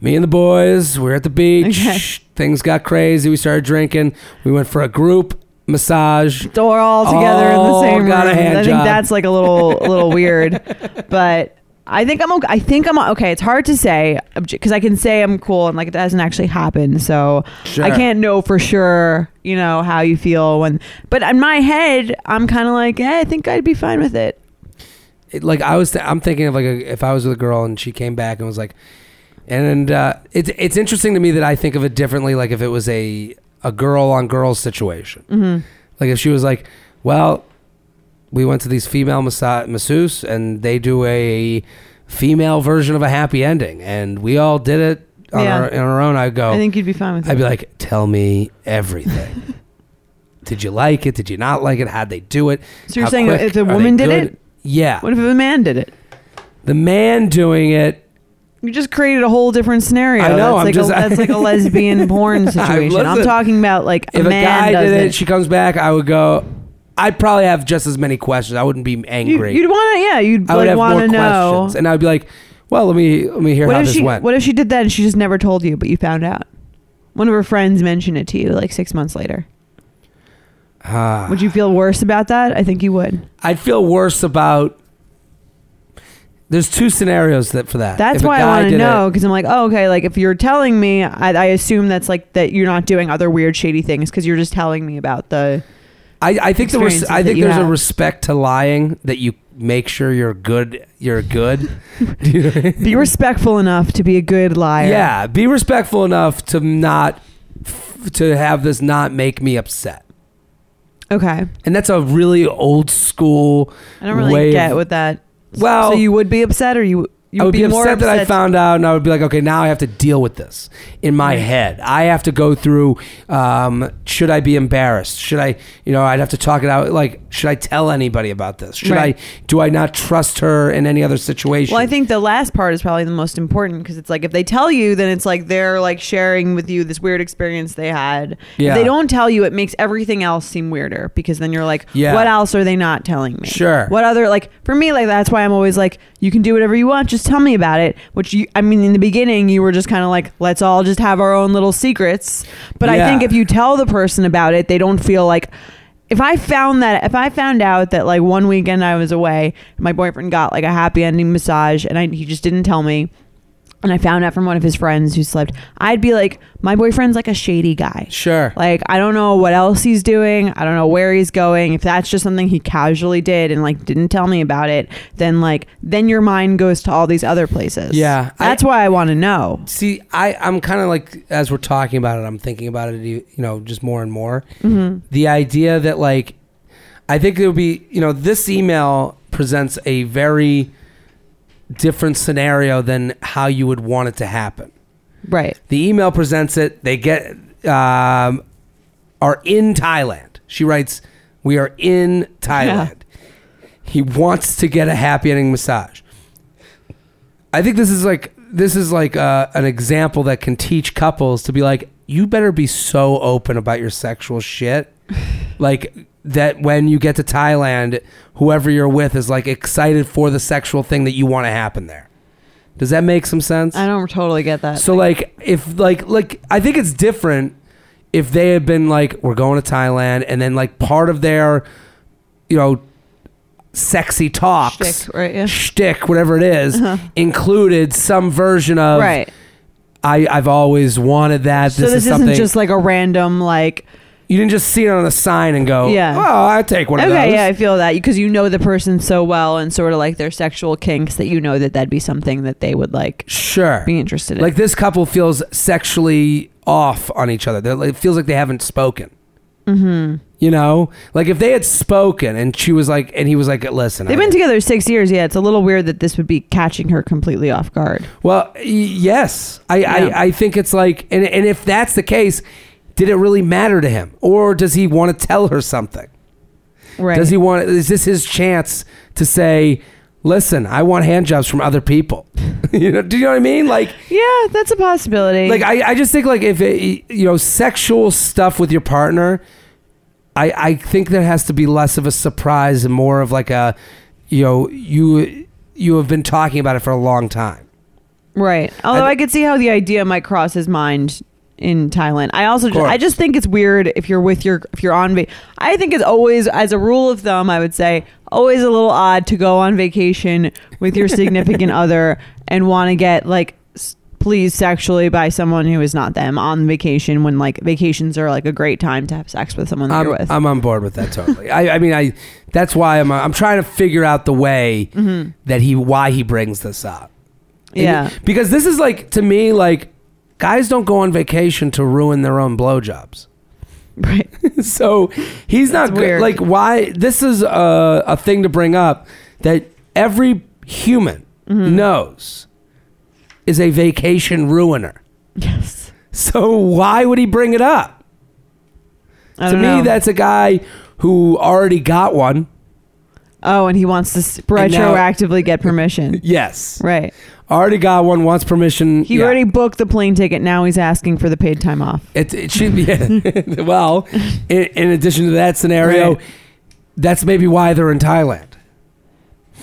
Speaker 4: Me and the boys, we were at the beach.
Speaker 3: Okay.
Speaker 4: Things got crazy. We started drinking. We went for a group massage.
Speaker 3: So We're all together
Speaker 4: All
Speaker 3: in the same
Speaker 4: Oh, got a
Speaker 3: room.
Speaker 4: hand
Speaker 3: I think
Speaker 4: job.
Speaker 3: that's like a little a little weird, but I think I'm okay. I think I'm okay. It's hard to say because I can say I'm cool and like it doesn't actually happen, so
Speaker 4: Sure.
Speaker 3: I can't know for sure. You know how you feel when, but in my head, I'm kind of like, yeah, I think I'd be fine with it.
Speaker 4: It- like I was, th- I'm thinking of like a, if I was with a girl and she came back and was like, and uh, it's it's interesting to me that I think of it differently. Like if it was a a girl on girl situation,
Speaker 3: Mm-hmm.
Speaker 4: like if she was like, well, we went to these female massa- masseuse and they do a female version of a happy ending, and we all did it on,
Speaker 3: Yeah.
Speaker 4: our, on our own. Oh. I go,
Speaker 3: I think you'd be fine with it.
Speaker 4: I'd be like, tell me everything. Did you like it? Did you not like it? How'd they do it?
Speaker 3: So you're
Speaker 4: How
Speaker 3: saying
Speaker 4: quick?
Speaker 3: if a
Speaker 4: Are they
Speaker 3: woman did
Speaker 4: good?
Speaker 3: it?
Speaker 4: Yeah.
Speaker 3: what if a man did it?
Speaker 4: The man doing it.
Speaker 3: You just created a whole different scenario.
Speaker 4: I know,
Speaker 3: That's
Speaker 4: I'm
Speaker 3: like
Speaker 4: just-
Speaker 3: a, that's like a lesbian porn situation. I'm
Speaker 4: listen.
Speaker 3: talking about like
Speaker 4: If
Speaker 3: a
Speaker 4: a,
Speaker 3: man
Speaker 4: guy
Speaker 3: does
Speaker 4: did it,
Speaker 3: it.
Speaker 4: she comes back. I would go. I'd probably have just as many questions. I wouldn't be
Speaker 3: You,
Speaker 4: angry.
Speaker 3: you'd want to, yeah. You'd
Speaker 4: I would
Speaker 3: like
Speaker 4: have
Speaker 3: want to
Speaker 4: more
Speaker 3: know.
Speaker 4: questions, and I'd be like, "Well, let me let me hear how
Speaker 3: if
Speaker 4: this
Speaker 3: she?
Speaker 4: went."
Speaker 3: What if she did that and she just never told you, but you found out? One of her friends mentioned it to you like six months later.
Speaker 4: Ah.
Speaker 3: Would you feel worse about that? I think you would.
Speaker 4: I'd feel worse about. There's two scenarios that for that.
Speaker 3: That's
Speaker 4: If a
Speaker 3: why I
Speaker 4: guy
Speaker 3: want to
Speaker 4: did it-
Speaker 3: know because I'm like, oh, okay. Like if you're telling me, I, I assume that's like that you're not doing other weird, shady things because you're just telling me about the.
Speaker 4: I, I think there was.
Speaker 3: experiences
Speaker 4: I
Speaker 3: that
Speaker 4: think
Speaker 3: you
Speaker 4: there's
Speaker 3: have.
Speaker 4: a respect to lying that you make sure you're good. You're good. Do you-
Speaker 3: Be respectful enough to be a good liar.
Speaker 4: yeah, be respectful enough to not f- to have this not make me upset.
Speaker 3: Okay.
Speaker 4: And that's a really old school.
Speaker 3: I don't really
Speaker 4: way
Speaker 3: get
Speaker 4: of-
Speaker 3: what that.
Speaker 4: Well,
Speaker 3: so you would be upset, or you you
Speaker 4: I would be,
Speaker 3: more
Speaker 4: upset that I found out, and I would be like, okay, now I have to deal with this in my head. I have to go through. Um, should I be embarrassed? Should I, you know, I'd have to talk it out. Like, should I tell anybody about this? Should
Speaker 3: Right.
Speaker 4: I? Do I not trust her in any other situation?
Speaker 3: Well, I think the last part is probably the most important because it's like if they tell you, then it's like they're like sharing with you this weird experience they had.
Speaker 4: Yeah.
Speaker 3: If they don't tell you, it makes everything else seem weirder because then you're like,
Speaker 4: Yeah.
Speaker 3: what else are they not telling me?
Speaker 4: Sure.
Speaker 3: What other like for me like that's why I'm always like you can do whatever you want, just tell me about it. Which you, I mean, in the beginning you were just kind of like let's all just have our own little secrets. But I
Speaker 4: Yeah.
Speaker 3: think if you tell the person about it, they don't feel like if I found that if I found out that like one weekend I was away, my boyfriend got like a happy ending massage and I he just didn't tell me.
Speaker 5: and I found out from one of his friends who slept, I'd be like, my boyfriend's like a shady guy.
Speaker 4: Sure.
Speaker 5: Like, I don't know what else he's doing. I don't know where he's going. If that's just something he casually did and like didn't tell me about it, then like, then your mind goes to all these other places.
Speaker 4: Yeah, I-
Speaker 5: That's why I want to know.
Speaker 4: See, I, I'm kind of like, as we're talking about it, I'm thinking about it, you you know, just more and more. The idea that, like, I think it would be, you know, this email presents a very different scenario than how you would want it to happen.
Speaker 5: Right.
Speaker 4: The email presents it. They get um, are in Thailand. She writes, "We are in Thailand." He wants to get a happy ending massage. I think this is like this is like uh, an example that can teach couples to be like, you better be so open about your sexual shit, like that when you get to Thailand, whoever you're with is like excited for the sexual thing that you want to happen there. Does that make some sense?
Speaker 5: I don't totally get that.
Speaker 4: So like if like like I think it's different if they had been like we're going to Thailand and then like part of their you know sexy talks
Speaker 5: Shtick, right, yeah. Uh-huh.
Speaker 4: shtick, whatever it is, included some version of
Speaker 5: right.
Speaker 4: I I've always wanted that
Speaker 5: So
Speaker 4: this,
Speaker 5: this,
Speaker 4: is
Speaker 5: isn't
Speaker 4: something
Speaker 5: just like a random like.
Speaker 4: you didn't just see it on a sign and go
Speaker 5: Yeah.
Speaker 4: oh I take one of
Speaker 5: okay,
Speaker 4: those
Speaker 5: yeah, I feel that because you know the person so well and sort of like their sexual kinks that you know that that'd be something that they would like
Speaker 4: sure
Speaker 5: be interested in.
Speaker 4: like this couple feels sexually off on each other. They're, like- it feels like they haven't spoken.
Speaker 5: Mm-hmm.
Speaker 4: You know, like if they had spoken and she was like, and he was like, listen,
Speaker 5: They've
Speaker 4: I-
Speaker 5: been together six years. Yeah, it's a little weird that this would be catching her completely off guard.
Speaker 4: Well, y- yes, I,
Speaker 5: Yeah.
Speaker 4: I, I think it's like, and and if that's the case, did it really matter to him, or does he want to tell her something?
Speaker 5: Right.
Speaker 4: Does he want? Is this his chance to say, listen, I want handjobs from other people? you know, do you know what I mean? Like.
Speaker 5: Yeah, that's a possibility.
Speaker 4: like I, I just think like if it, you know sexual stuff with your partner I, I think there has to be less of a surprise and more of like a you know you you have been talking about it for a long time
Speaker 5: right. Although
Speaker 4: I-
Speaker 5: I, could see how the idea might cross his mind in Thailand. I also just,
Speaker 4: course.
Speaker 5: I just think it's weird if you're with your if you're on va- I think it's always as a rule of thumb I would say always a little odd to go on vacation with your significant other and want to get like s- pleased sexually by someone who is not them on vacation when like vacations are like a great time to have sex with someone that
Speaker 4: I'm,
Speaker 5: you're with.
Speaker 4: I'm on board with that totally I, I mean I that's why I'm I'm trying to figure out the way that he why he brings this up And-
Speaker 5: Mm-hmm. yeah.
Speaker 4: because this is like to me like guys don't go on vacation to ruin their own blowjobs
Speaker 5: Right.
Speaker 4: so he's not
Speaker 5: That's
Speaker 4: good.
Speaker 5: weird.
Speaker 4: Like, why? This is a, a thing to bring up that every human
Speaker 5: Mm-hmm.
Speaker 4: knows is a vacation ruiner.
Speaker 5: Yes.
Speaker 4: So why would he bring it up?
Speaker 5: I
Speaker 4: to
Speaker 5: don't
Speaker 4: me,
Speaker 5: know.
Speaker 4: that's a guy who already got one.
Speaker 5: Oh, and he wants to s-
Speaker 4: And now-
Speaker 5: retroactively get permission.
Speaker 4: Yes,
Speaker 5: Right.
Speaker 4: already got one. Wants permission.
Speaker 5: He
Speaker 4: Yeah.
Speaker 5: already booked the plane ticket. Now he's asking for the paid time off.
Speaker 4: It, it should be well. In, in addition to that scenario,
Speaker 5: Right.
Speaker 4: that's maybe why they're in Thailand.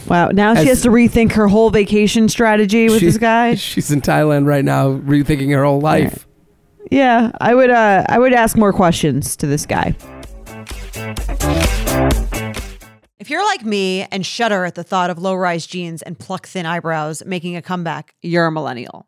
Speaker 5: Wow. Now she
Speaker 4: As-
Speaker 5: has to rethink her whole vacation strategy with
Speaker 4: She-
Speaker 5: this guy.
Speaker 4: she's in Thailand right now, rethinking her whole life.
Speaker 5: Yeah, I would. Uh, I would ask more questions to this guy.
Speaker 3: If you're like me and shudder at the thought of low rise jeans and pluck thin eyebrows making a comeback, you're a millennial.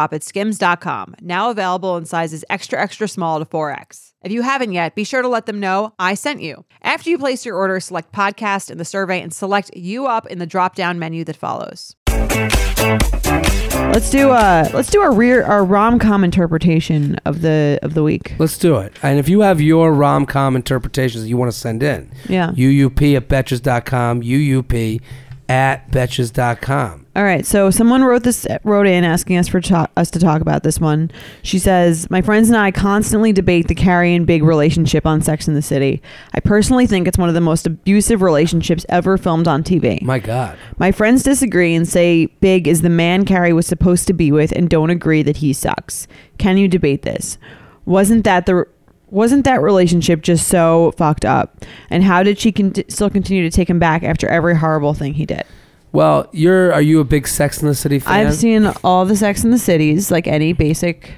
Speaker 3: at skims.com, now available in sizes extra, extra small to 4X. If you haven't yet, be sure to let them know I sent you. After you place your order, select podcast in the survey and select you up in the drop down menu that follows.
Speaker 5: Let's do uh let's do our rear our rom com interpretation of the of the week.
Speaker 4: Let's do it. And if you have your rom com interpretations that you want to send in,
Speaker 5: Yeah.
Speaker 4: UUP at Betches.com, UUP at Betches.com.
Speaker 5: All right, so someone wrote this wrote in asking us for ta- us to talk about this one. She says, "My friends and I constantly debate the Carrie and Big relationship on Sex in the City. I personally think it's one of the most abusive relationships ever filmed on TV.
Speaker 4: My God.
Speaker 5: My friends disagree and say Big is the man Carrie was supposed to be with and don't agree that he sucks. Can you debate this? Wasn't that the wasn't that relationship just so fucked up? And how did she con- still continue to take him back after every horrible thing he did?
Speaker 4: Well, you're are you a big Sex in the City fan?
Speaker 5: I've seen all the Sex in the Cities, like any basic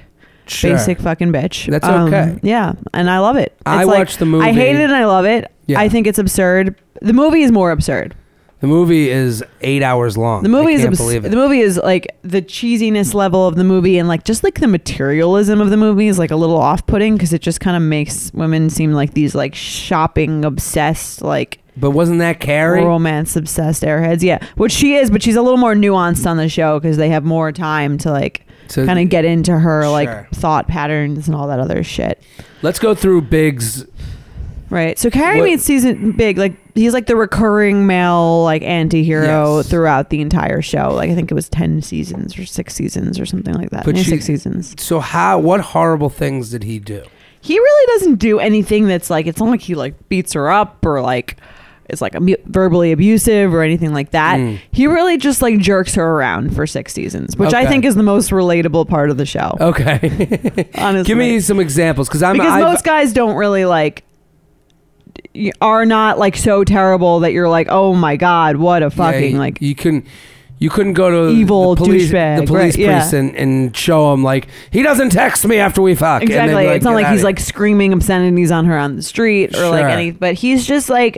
Speaker 4: Sure.
Speaker 5: basic fucking bitch. Um,
Speaker 4: That's okay.
Speaker 5: Yeah, and I love it. It's
Speaker 4: I
Speaker 5: like-
Speaker 4: watched the movie.
Speaker 5: I hate it and I love it.
Speaker 4: Yeah.
Speaker 5: I think it's absurd. The movie is more absurd.
Speaker 4: The movie is eight hours long.
Speaker 5: The movie
Speaker 4: I
Speaker 5: is
Speaker 4: can't
Speaker 5: abs-
Speaker 4: believe it.
Speaker 5: the movie is like the cheesiness level of the movie and like just like the materialism of the movie is like a little off-putting because it just kind of makes women seem like these like shopping obsessed like
Speaker 4: but wasn't that Carrie?
Speaker 5: romance obsessed airheads. Yeah, which she is, but she's a little more nuanced on the show because they have more time to like
Speaker 4: So-
Speaker 5: kind of get into her
Speaker 4: Sure.
Speaker 5: like thought patterns and all that other shit.
Speaker 4: Let's go through Big's.
Speaker 5: Right. So Carrie
Speaker 4: What-
Speaker 5: meets season big like he's like the recurring male like anti-hero
Speaker 4: Yes.
Speaker 5: throughout the entire show. Like I think it was 10 seasons or 6 seasons or something like that.
Speaker 4: But
Speaker 5: Maybe
Speaker 4: she-
Speaker 5: 6 seasons.
Speaker 4: So how? What horrible things did he do?
Speaker 5: He really doesn't do anything that's like it's not like he like beats her up or like is like amu- verbally abusive or anything like that.
Speaker 4: Mm.
Speaker 5: He really just like jerks her around for 6 seasons, which I
Speaker 4: Okay.
Speaker 5: think is the most relatable part of the show.
Speaker 4: Okay,
Speaker 5: Honestly.
Speaker 4: give me some examples because I'm.
Speaker 5: because
Speaker 4: I've-
Speaker 5: most guys don't really like y- are not like so terrible that you're like oh my god what a
Speaker 4: yeah,
Speaker 5: fucking
Speaker 4: you-
Speaker 5: like
Speaker 4: you couldn't. You couldn't go to
Speaker 5: Evil
Speaker 4: the police,
Speaker 5: douchebag,
Speaker 4: the police
Speaker 5: right, yeah.
Speaker 4: precinct, and show him like he doesn't text me after we fuck. and then,
Speaker 5: exactly it's not
Speaker 4: get
Speaker 5: like
Speaker 4: outta
Speaker 5: he's
Speaker 4: here.
Speaker 5: like screaming obscenities on her on the street or like
Speaker 4: Sure.
Speaker 5: any but he's just like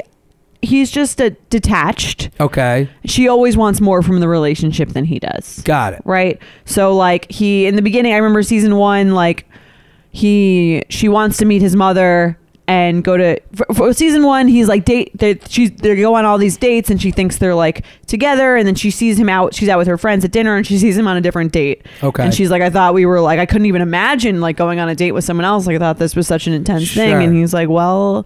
Speaker 5: he's just a, detached
Speaker 4: okay,
Speaker 5: she always wants more from the relationship than he does
Speaker 4: got it.
Speaker 5: right so like he in the beginning i remember season one like he she wants to meet his mother and go to for, for season one he's like date they she's they go on all these dates and she thinks they're like together and then she sees him out she's out with her friends at dinner and she sees him on a different date
Speaker 4: Okay.
Speaker 5: and she's like i thought we were like i couldn't even imagine like going on a date with someone else like i thought this was such an intense
Speaker 4: Sure.
Speaker 5: thing and he's like well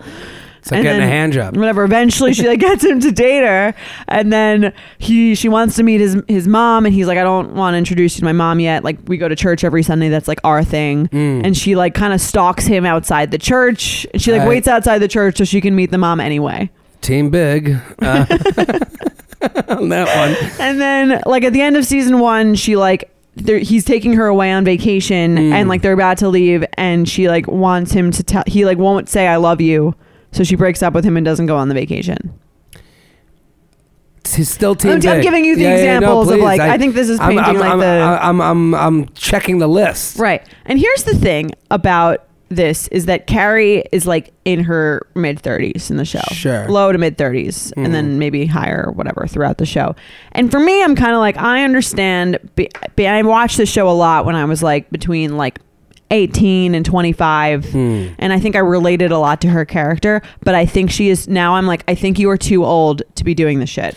Speaker 4: It's like
Speaker 5: and
Speaker 4: getting
Speaker 5: then
Speaker 4: a hand job.
Speaker 5: Whatever. Eventually, she like gets him to date her, and then he she wants to meet his his mom, and he's like, I don't want to introduce you to my mom yet. Like we go to church every Sunday. That's like our thing.
Speaker 4: Mm.
Speaker 5: And she like kind of stalks him outside the church. And she like
Speaker 4: Right.
Speaker 5: waits outside the church so she can meet the mom anyway.
Speaker 4: Team Big. Uh, on that one.
Speaker 5: And then like at the end of season one, she like. they're- He's taking her away on vacation,
Speaker 4: Mm.
Speaker 5: and like they're about to leave, and she like wants him to tell. He like won't say "I love you," so she breaks up with him and doesn't go on the vacation.
Speaker 4: He's still team
Speaker 5: I'm-
Speaker 4: big.
Speaker 5: I'm giving you the examples of,
Speaker 4: please.
Speaker 5: like, I think this is
Speaker 4: I'm-
Speaker 5: painting,
Speaker 4: I'm,
Speaker 5: like,
Speaker 4: I'm,
Speaker 5: the-
Speaker 4: I'm, I'm, I'm, I'm checking the list.
Speaker 5: Right. And here's the thing about this is that Carrie is like in her mid 30s in the show.
Speaker 4: Sure.
Speaker 5: Low to mid 30s and then maybe higher or whatever throughout the show. And for me, I'm kind of like, I understand. Be, be, I watched the show a lot when I was like between like 18 and 25. And I think I related a lot to her character. But I think she is now, I'm like, I think you are too old to be doing this shit.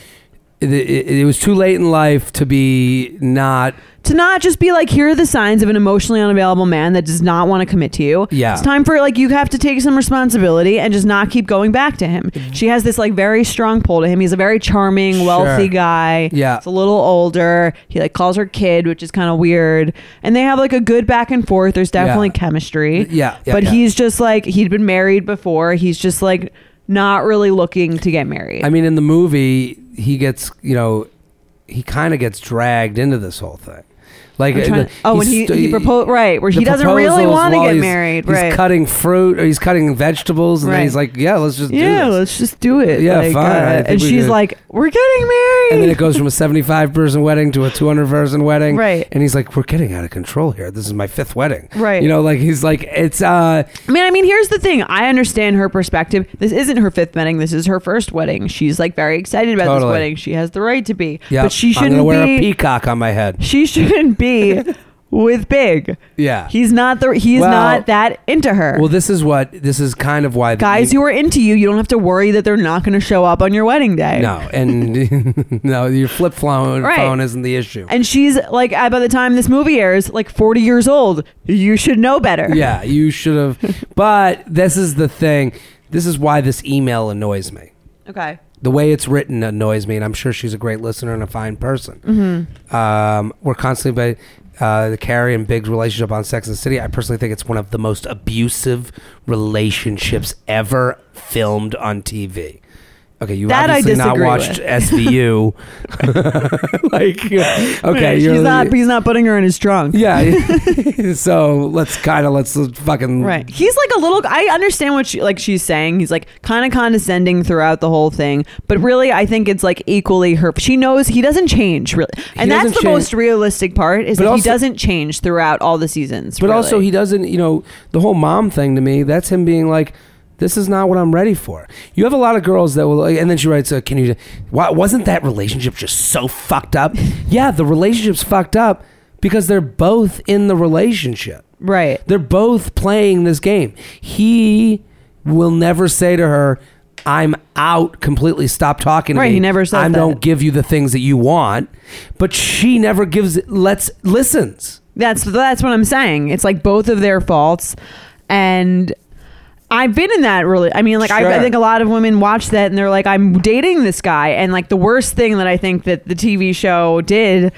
Speaker 4: it, it, it was too late in life to be not
Speaker 5: to not just be like here are the signs of an emotionally unavailable man that does not want to commit to you
Speaker 4: Yeah.
Speaker 5: it's time for like you have to take some responsibility and just not keep going back to him she has this like very strong pull to him he's a very charming wealthy
Speaker 4: Mm-hmm. Sure.
Speaker 5: guy
Speaker 4: Yeah.
Speaker 5: it's a little older he like calls her kid which is kind of weird and they have like a good back and forth there's definitely chemistry
Speaker 4: Yeah, yeah,
Speaker 5: but
Speaker 4: yeah.
Speaker 5: he's just like he'd been married before he's just like not really looking to get married
Speaker 4: I mean, in the movie, he gets you know, he kind of gets dragged into this whole thing. Like, uh,
Speaker 5: I'm trying-
Speaker 4: the-
Speaker 5: oh, when
Speaker 4: he's
Speaker 5: he,
Speaker 4: st-
Speaker 5: he proposed right where he
Speaker 4: the
Speaker 5: doesn't really
Speaker 4: proposals
Speaker 5: want to
Speaker 4: while
Speaker 5: get
Speaker 4: he's-
Speaker 5: married,
Speaker 4: He's
Speaker 5: right?
Speaker 4: cutting fruit or he's cutting vegetables, and
Speaker 5: Right.
Speaker 4: then he's like, "Yeah, let's just
Speaker 5: yeah,
Speaker 4: do this."
Speaker 5: let's just do it.
Speaker 4: Yeah,
Speaker 5: like, uh,
Speaker 4: fine, I think
Speaker 5: and
Speaker 4: we
Speaker 5: she's
Speaker 4: could-
Speaker 5: like, "We're getting married."
Speaker 4: and then it goes from a 75 person wedding to a 200 person wedding
Speaker 5: Right.
Speaker 4: and he's like we're getting out of control here this is my fifth wedding
Speaker 5: Right.
Speaker 4: you know like he's like it's uh
Speaker 5: I mean, I mean, here's the thing. I understand her perspective. This isn't her fifth wedding. This is her first wedding. She's like very excited about this
Speaker 4: Totally.
Speaker 5: wedding. She has the right to be.
Speaker 4: yeah
Speaker 5: but she
Speaker 4: I'm gonna
Speaker 5: shouldn't
Speaker 4: wear
Speaker 5: be.
Speaker 4: a peacock on my head
Speaker 5: She shouldn't be with Big.
Speaker 4: yeah
Speaker 5: He's not the. He's
Speaker 4: Well-
Speaker 5: not that into her.
Speaker 4: well this is what this is kind of why the-
Speaker 5: Guys who are into you, you don't have to worry that they're not going to show up on your wedding day.
Speaker 4: no and no your flip phone
Speaker 5: Right.
Speaker 4: phone isn't the issue
Speaker 5: And she's like, uh, by the time this movie airs, like 40 years old. You should know better.
Speaker 4: yeah you should have but this is the thing this is why this email annoys me
Speaker 5: Okay.
Speaker 4: the way it's written annoys me, and I'm sure she's a great listener and a fine person.
Speaker 5: Mm-hmm.
Speaker 4: Um, we're constantly by uh, the Carrie and Big's relationship on Sex and the City. I personally think it's one of the most abusive relationships ever filmed on TV. Okay, you
Speaker 5: That I
Speaker 4: obviously not
Speaker 5: disagree
Speaker 4: watched
Speaker 5: with.
Speaker 4: SVU. like, okay,
Speaker 5: She's
Speaker 4: you're
Speaker 5: not. He's not putting her in his trunk.
Speaker 4: yeah. so let's kind of let's fucking
Speaker 5: Right. He's like a little I understand what she like she's saying. He's like kind of condescending throughout the whole thing, but really I think it's like equally her she knows he doesn't change really. And that's the
Speaker 4: doesn't change.
Speaker 5: most realistic part is
Speaker 4: But
Speaker 5: that he
Speaker 4: also-
Speaker 5: doesn't change throughout all the seasons.
Speaker 4: But also,
Speaker 5: really.
Speaker 4: he doesn't, you know, the whole mom thing to me, that's him being like, this is not what I'm ready for. You have a lot of girls that will, like, and then she writes, uh, can you, why, wasn't that relationship just so fucked up? yeah, the relationship's fucked up because they're both in the relationship.
Speaker 5: Right.
Speaker 4: They're both playing this game. He will never say to her, I'm out completely. Stop talking to
Speaker 5: Right,
Speaker 4: me.
Speaker 5: he never says
Speaker 4: I
Speaker 5: that.
Speaker 4: don't give you the things that you want. But she never gives, let's, listens.
Speaker 5: That's that's what I'm saying. It's like both of their faults, and I've been in that really. I mean, like I, I
Speaker 4: Sure.
Speaker 5: think a lot of women watch that and they're like, I'm dating this guy, and like the worst thing that I think that the TV show did.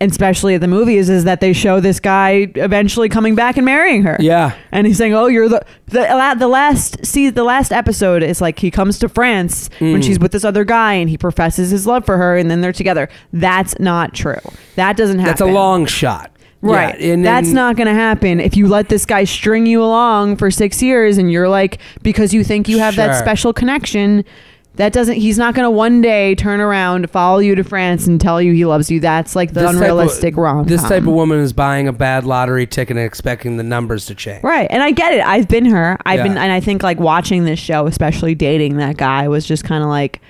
Speaker 5: and Especially at the movies, is that they show this guy eventually coming back and marrying her.
Speaker 4: Yeah.
Speaker 5: and he's saying, "Oh, you're the the, la- the last see the last episode is like he comes to France when
Speaker 4: Mm.
Speaker 5: she's with this other guy, and he professes his love for her, and then they're together. That's not true. That doesn't happen.
Speaker 4: That's a long shot.
Speaker 5: Right.
Speaker 4: Yeah, and
Speaker 5: That's
Speaker 4: then-
Speaker 5: not going to happen if you let this guy string you along for six years and you're like, because you think you have
Speaker 4: Sure.
Speaker 5: that special connection. That doesn't, he's not going to one day turn around, follow you to France and tell you he loves you. That's like the
Speaker 4: This type of-
Speaker 5: unrealistic wrong.
Speaker 4: This type of woman is buying a bad lottery ticket and expecting the numbers to change.
Speaker 5: Right. And I get it. I've been her. I've
Speaker 4: Yeah.
Speaker 5: been, and I think like watching this show, especially dating that guy, was just kind of like,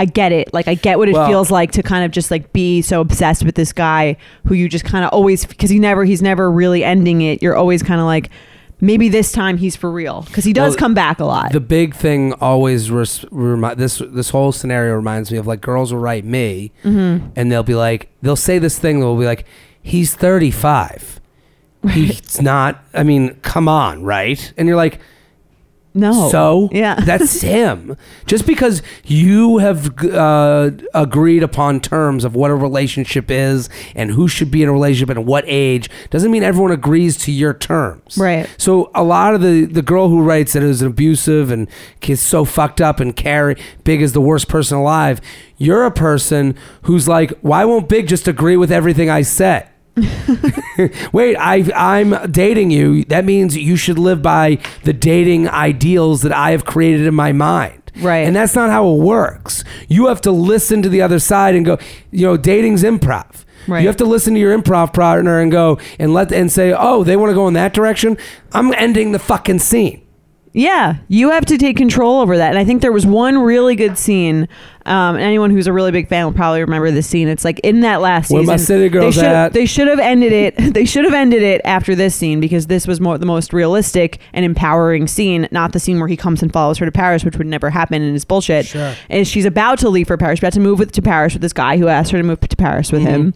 Speaker 5: I get it. Like, I get what it
Speaker 4: Well-
Speaker 5: feels like to kind of just like be so obsessed with this guy who you just kind of always, because he never, he's never really ending it. You're always kind of like, maybe this time he's for real. Because he does
Speaker 4: Well,
Speaker 5: come back a lot.
Speaker 4: The big thing always res- remi- this this whole scenario reminds me of like girls will write me and they'll be like they'll say this thing that will be like he's 35. He's not I mean come on, right? And you're like
Speaker 5: no.
Speaker 4: So
Speaker 5: yeah.
Speaker 4: that's him. Just because you have uh, agreed upon terms of what a relationship is and who should be in a relationship and what age doesn't mean everyone agrees to your terms.
Speaker 5: Right.
Speaker 4: So a lot of the the girl who writes that is abusive and is so fucked up and Carrie Big is the worst person alive. You're a person who's like, why won't Big just agree with everything I say? Wait, I, I'm dating you. That means you should live by the dating ideals that I have created in my mind.
Speaker 5: Right.
Speaker 4: And that's not how it works. You have to listen to the other side and go, you know, dating's improv.
Speaker 5: Right.
Speaker 4: You have to listen to your improv partner and go and let and say, "Oh, they want to go in that direction. I'm ending the fucking scene."
Speaker 5: Yeah, you have to take control over that. And I think there was one really good scene. Um, and anyone who's a really big fan will probably remember this scene. It's like in that last
Speaker 4: Where
Speaker 5: season.
Speaker 4: my city girls
Speaker 5: they should,
Speaker 4: at?
Speaker 5: They should have ended it. They should have ended it after this scene because this was more the most realistic and empowering scene, not the scene where he comes and follows her to Paris, which would never happen and is bullshit.
Speaker 4: Sure.
Speaker 5: And she's about to leave for Paris, about to move with, to Paris with this guy who asked her to move to Paris with him.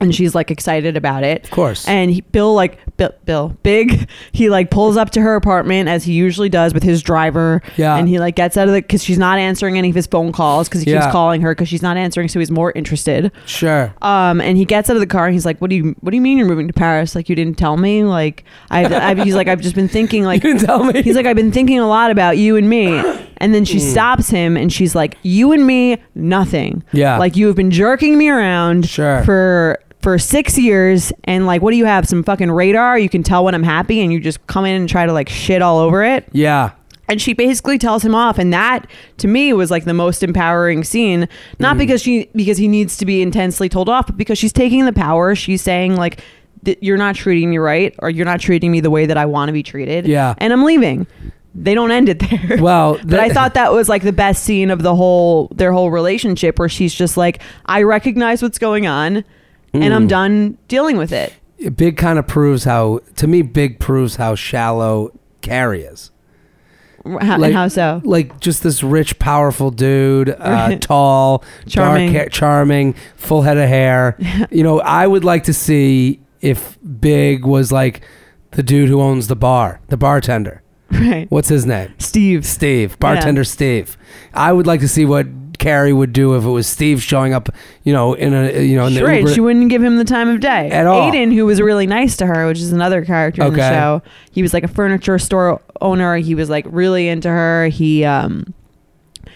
Speaker 5: And she's like excited about it.
Speaker 4: Mm-hmm. Of course.
Speaker 5: And he, Bill, like Bill, Bill, big, he like pulls up to her apartment as he usually does with his driver.
Speaker 4: Yeah.
Speaker 5: And he like gets out of the because she's not answering any of his phone calls because he
Speaker 4: Yeah.
Speaker 5: keeps calling her because she's not answering, so he's more interested.
Speaker 4: sure.
Speaker 5: Um, and he gets out of the car and he's like, "What do you What do you mean you're moving to Paris? Like you didn't tell me? Like I, I he's like, I've just been thinking like
Speaker 4: You didn't tell me. Hmm.
Speaker 5: He's like, I've been thinking a lot about you and me. And then she stops him and she's like, You and me, nothing.
Speaker 4: Yeah.
Speaker 5: Like you have been jerking me around
Speaker 4: Sure.
Speaker 5: for for six years and like what do you have? Some fucking radar? You can tell when I'm happy and you just come in and try to like shit all over it.
Speaker 4: yeah.
Speaker 5: And she basically tells him off, and that to me was like the most empowering scene. Not
Speaker 4: Mm-hmm.
Speaker 5: because she because he needs to be intensely told off, but because she's taking the power. She's saying like, th- "You're not treating me right, or you're not treating me the way that I want to be treated."
Speaker 4: Yeah.
Speaker 5: and I'm leaving. They don't end it there.
Speaker 4: Well,
Speaker 5: but I
Speaker 4: that-
Speaker 5: thought that was like the best scene of the whole their whole relationship, where she's just like, "I recognize what's going on, and
Speaker 4: Mm.
Speaker 5: I'm done dealing with it."
Speaker 4: Big kind of proves how, to me, Big proves how shallow Carrie is.
Speaker 5: How, and how so?
Speaker 4: Like just this rich, powerful dude, uh,
Speaker 5: Right.
Speaker 4: tall, dark
Speaker 5: Charming.
Speaker 4: hair, charming, full head of hair. you know, I would like to see if Big was like the dude who owns the bar, the bartender.
Speaker 5: Right,
Speaker 4: What's his name?
Speaker 5: Steve.
Speaker 4: Steve, bartender Steve. I would like to see what Carrie would do if it was Steve showing up, you know, in a you know, in
Speaker 5: Sure,
Speaker 4: the Uber.
Speaker 5: she wouldn't give him the time of day
Speaker 4: At all.
Speaker 5: Aiden, who was really nice to her, which is another character in the
Speaker 4: Okay.
Speaker 5: show, he was like a furniture store owner. He was like really into her. He um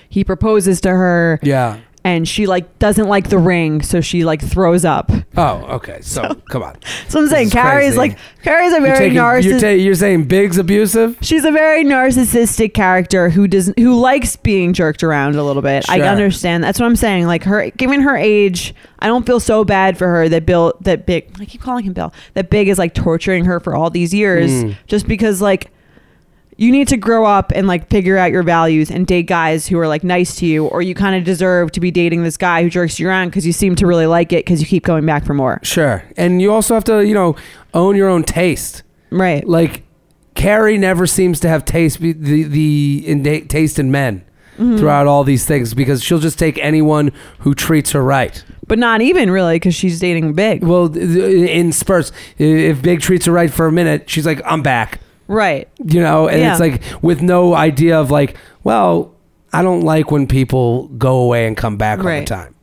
Speaker 5: he proposes to her,
Speaker 4: yeah.
Speaker 5: and she like doesn't like the ring, so she like throws up.
Speaker 4: Oh, okay. So, come on.
Speaker 5: So I'm saying
Speaker 4: is
Speaker 5: Carrie's
Speaker 4: crazy.
Speaker 5: like Carrie's a
Speaker 4: You're,
Speaker 5: very
Speaker 4: taking, you're,
Speaker 5: narcissistic.
Speaker 4: ta- you're saying Big's abusive?
Speaker 5: She's a very narcissistic character who does who likes being jerked around a little bit. I
Speaker 4: Sure.
Speaker 5: understand. That's what I'm saying. Like her, given her age, I don't feel so bad for her that Bill that Big. I keep calling him Bill. That Big is like torturing her for all these years just because like you need to grow up and like figure out your values and date guys who are like nice to you or you kind of deserve to be dating this guy who jerks you around because you seem to really like it because you keep going back for more.
Speaker 4: Sure. And you also have to, you know, own your own taste.
Speaker 5: Right.
Speaker 4: Like Carrie never seems to have taste the the in taste in men
Speaker 5: Mm-hmm.
Speaker 4: throughout all these things because she'll just take anyone who treats her right.
Speaker 5: But not even really because she's dating Big.
Speaker 4: Well, th- th- in spurts, I- if Big treats her right for a minute, she's like, "I'm back,"
Speaker 5: Right.
Speaker 4: you know, and
Speaker 5: Yeah.
Speaker 4: it's like with no idea of like, well, I don't like when people go away and come back all the
Speaker 5: Right.
Speaker 4: time.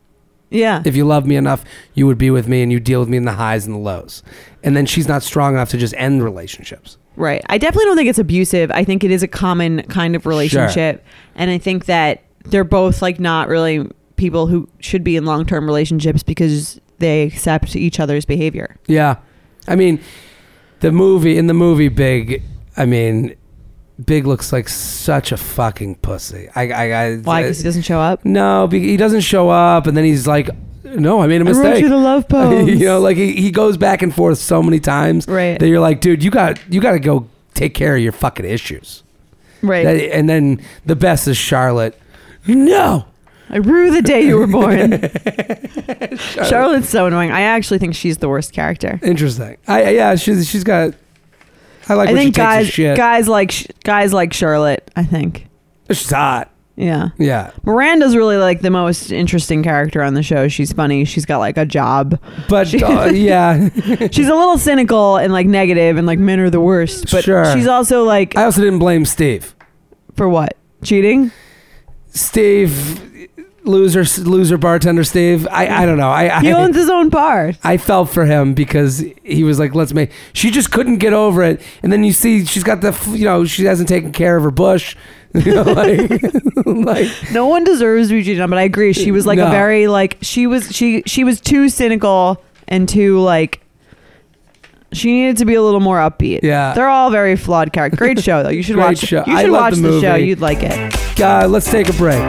Speaker 5: Yeah.
Speaker 4: If you love me enough, you would be with me and you deal with me in the highs and the lows. And then she's not strong enough to just end relationships.
Speaker 5: Right. I definitely don't think it's abusive. I think it is a common kind of relationship. And I think that they're both like not really people who should be in long term relationships because they accept each other's behavior.
Speaker 4: Yeah. I mean, the movie, in the movie, Big, I mean, Big looks like such a fucking pussy. I, I, I
Speaker 5: Why? Because he doesn't show up?
Speaker 4: No, be- he doesn't show up, and then he's like, "No, I made a
Speaker 5: I wrote
Speaker 4: mistake."
Speaker 5: you the love poems.
Speaker 4: you know, like he, he goes back and forth so many times
Speaker 5: Right.
Speaker 4: that you're like, "Dude, you got you got to go take care of your fucking issues."
Speaker 5: Right.
Speaker 4: That- and then the best is Charlotte. No,
Speaker 5: I rue the day you were born. Charlotte's so annoying. I actually think she's the worst character.
Speaker 4: interesting. I I- yeah, she's she's got. I like
Speaker 5: I
Speaker 4: when she
Speaker 5: think
Speaker 4: takes a
Speaker 5: guys
Speaker 4: shit.
Speaker 5: guys like sh- guys like Charlotte, I think.
Speaker 4: she's hot.
Speaker 5: Yeah.
Speaker 4: Yeah,
Speaker 5: Miranda's really like the most interesting character on the show. She's funny. She's got like a job.
Speaker 4: but
Speaker 5: She-
Speaker 4: uh, yeah,
Speaker 5: She's a little cynical and like negative and like men are the worst. But
Speaker 4: Sure.
Speaker 5: she's also like
Speaker 4: I also didn't blame Steve.
Speaker 5: for what? Cheating?
Speaker 4: Steve, loser, loser bartender. Steve. I I don't know. I
Speaker 5: He
Speaker 4: I,
Speaker 5: owns his own bar.
Speaker 4: I felt for him because he was like, "Let's make." She just couldn't get over it, and then you see she's got the, f- you know, she hasn't taken care of her bush. You know, like, like,
Speaker 5: No one deserves to be cheated on, but I agree. She was like a
Speaker 4: No.
Speaker 5: very like she was she she was too cynical and too like she needed to be a little more upbeat.
Speaker 4: Yeah.
Speaker 5: They're all very flawed characters. Great show though. You should
Speaker 4: Great
Speaker 5: watch
Speaker 4: show.
Speaker 5: you
Speaker 4: I
Speaker 5: should
Speaker 4: love
Speaker 5: watch
Speaker 4: the
Speaker 5: the show.
Speaker 4: movie.
Speaker 5: You'd like it.
Speaker 4: God, let's take a break.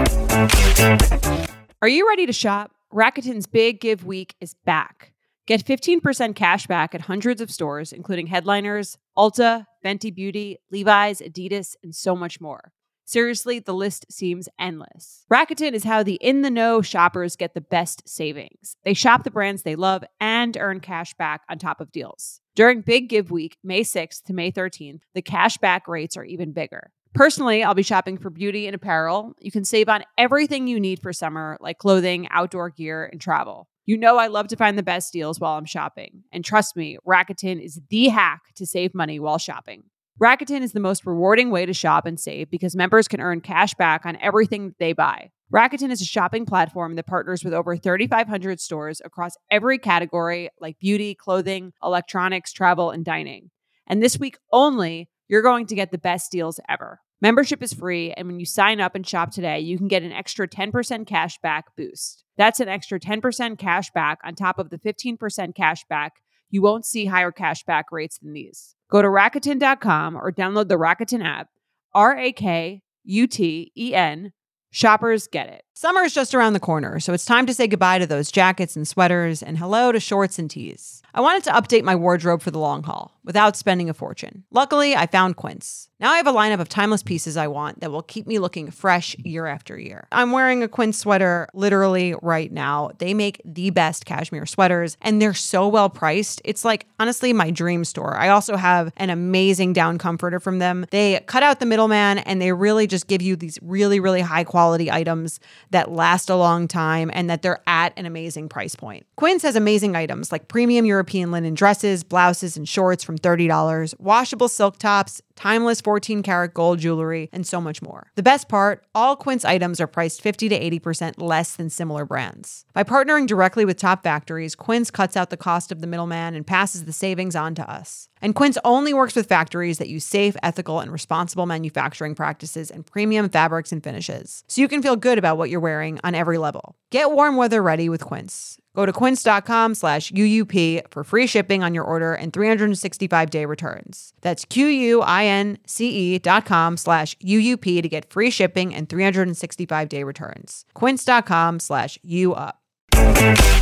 Speaker 3: Are you ready to shop? Rakuten's Big Give Week is back. Get 15% cash back at hundreds of stores, including Headliners, Ulta, Fenty Beauty, Levi's, Adidas, and so much more. Seriously, the list seems endless. Rakuten is how the in the know shoppers get the best savings. They shop the brands they love and earn cash back on top of deals. During Big Give Week, May 6th to May 13th, the cash back rates are even bigger. Personally, I'll be shopping for beauty and apparel. You can save on everything you need for summer, like clothing, outdoor gear, and travel. You know I love to find the best deals while I'm shopping. And trust me, Rakuten is the hack to save money while shopping. Rakuten is the most rewarding way to shop and save because members can earn cash back on everything that they buy. Rakuten is a shopping platform that partners with over 3,500 stores across every category like beauty, clothing, electronics, travel, and dining. And this week only, you're going to get the best deals ever. Membership is free, and when you sign up and shop today, you can get an extra 10% cash back boost. That's an extra 10% cash back on top of the 15% cash back. You won't see higher cash back rates than these. Go to Rakuten.com or download the Rakuten app. R A K U T E N. Shoppers get it. Summer is just around the corner, so it's time to say goodbye to those jackets and sweaters and hello to shorts and tees. I wanted to update my wardrobe for the long haul without spending a fortune. Luckily, I found Quince. Now I have a lineup of timeless pieces I want that will keep me looking fresh year after year. I'm wearing a Quince sweater literally right now. They make the best cashmere sweaters and they're so well priced. It's like honestly my dream store. I also have an amazing down comforter from them. They cut out the middleman and they really just give you these really, really high quality items that last a long time and that they're at an amazing price point. Quince has amazing items like premium European linen dresses, blouses, and shorts from $30, washable silk tops, timeless 14 karat gold jewelry, and so much more. The best part all Quince items are priced 50 to 80% less than similar brands. By partnering directly with top factories, Quince cuts out the cost of the middleman and passes the savings on to us. And Quince only works with factories that use safe, ethical, and responsible manufacturing practices and premium fabrics and finishes. So you can feel good about what you're wearing on every level. Get warm weather ready with Quince. Go to quince.com slash UUP for free shipping on your order and 365 day returns. That's Q-U-I-N-C-E E dot com slash UUP to get free shipping and 365 day returns. Quince.com slash UUP.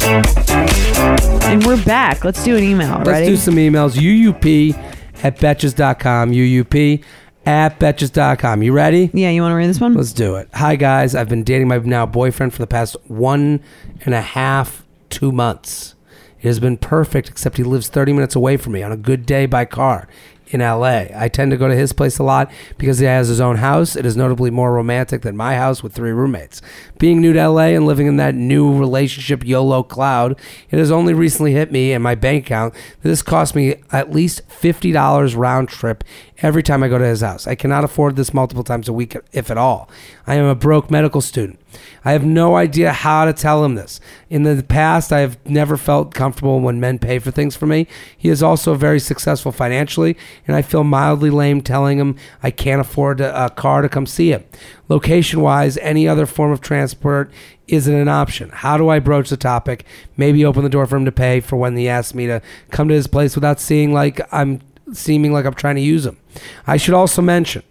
Speaker 5: And we're back. Let's do an email.
Speaker 4: Let's
Speaker 5: Ready?
Speaker 4: do some emails. UUP at betches.com. UUP at betches.com. You ready?
Speaker 5: yeah, you want to read this one?
Speaker 4: Let's do it. Hi, guys. I've been dating my now boyfriend for the past one and a half, two months. It has been perfect, except he lives 30 minutes away from me on a good day by car in LA. I tend to go to his place a lot because he has his own house. It is notably more romantic than my house with three roommates. Being new to LA and living in that new relationship YOLO cloud, it has only recently hit me and my bank account that this cost me at least $50 round trip every time I go to his house. I cannot afford this multiple times a week, if at all. I am a broke medical student. I have no idea how to tell him this. In the past, I have never felt comfortable when men pay for things for me. He is also very successful financially, and I feel mildly lame telling him I can't afford a, a car to come see him. Location wise, any other form of transport isn't an option. How do I broach the topic? Maybe open the door for him to pay for when he asks me to come to his place without seeing like I'm seeming like I'm trying to use him. I should also mention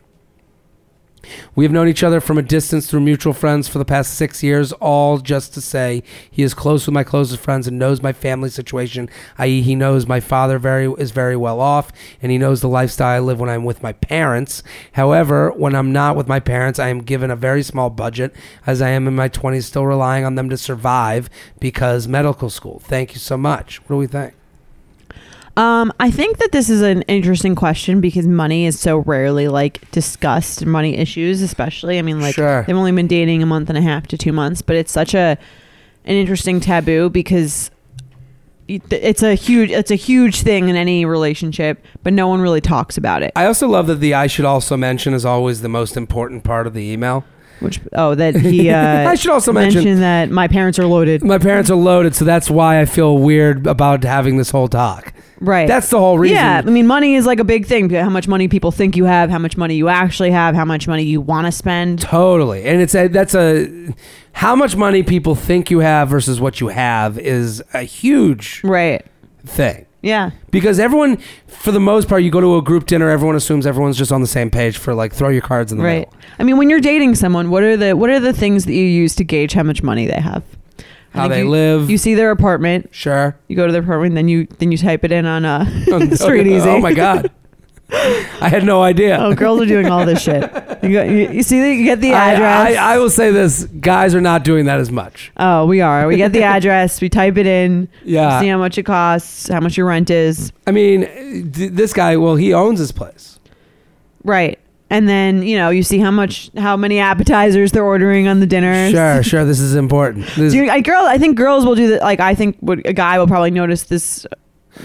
Speaker 4: we have known each other from a distance through mutual friends for the past six years, all just to say he is close with my closest friends and knows my family situation, i.e., he knows my father very is very well off, and he knows the lifestyle I live when I'm with my parents. However, when I'm not with my parents, I am given a very small budget, as I am in my 20s, still relying on them to survive because medical school. Thank you so much. What do we think?
Speaker 5: Um, I think that this is an interesting question because money is so rarely like discussed. Money issues, especially. I mean, like
Speaker 4: Sure.
Speaker 5: they've only been dating a month and a half to two months, but it's such a an interesting taboo because it- it's a huge it's a huge thing in any relationship, but no one really talks about it.
Speaker 4: I also love that the I should also mention is always the most important part of the email.
Speaker 5: Which oh, that he uh,
Speaker 4: I should also
Speaker 5: mentioned
Speaker 4: mention
Speaker 5: that my parents are loaded.
Speaker 4: My parents are loaded, so that's why I feel weird about having this whole talk.
Speaker 5: Right.
Speaker 4: That's the whole reason.
Speaker 5: Eh. Yeah, I mean, money is like a big thing. How much money people think you have, how much money you actually have, how much money you want to spend.
Speaker 4: Totally. And it's a, that's a how much money people think you have versus what you have is a huge
Speaker 5: Right.
Speaker 4: thing.
Speaker 5: Yeah.
Speaker 4: Because everyone, for the most part, you go to a group dinner, everyone assumes everyone's just on the same page for like throw your cards in the
Speaker 5: Right.
Speaker 4: middle.
Speaker 5: I mean, when you're dating someone, what are the what are the things that you use to gauge how much money they have? I
Speaker 4: How
Speaker 5: think
Speaker 4: they
Speaker 5: you-
Speaker 4: live.
Speaker 5: You see their apartment.
Speaker 4: sure.
Speaker 5: You go to their apartment, then you then you type it in on uh, Street Easy.
Speaker 4: Oh my god. I had no idea.
Speaker 5: Oh, girls are doing all this shit. You, go, you, you see, that you get the
Speaker 4: I-
Speaker 5: address.
Speaker 4: I, I, will say this: guys are not doing that as much.
Speaker 5: oh, we are. We get the address. We type it in.
Speaker 4: Yeah.
Speaker 5: See how much it costs. How much your rent is.
Speaker 4: I mean, th- this guy. Well, he owns his place.
Speaker 5: Right. And then you know you see how much how many appetizers they're ordering on the dinners.
Speaker 4: Sure, sure. This is important. This-
Speaker 5: Do you, I girl, I think girls will do that. Like I think would, a guy will probably notice this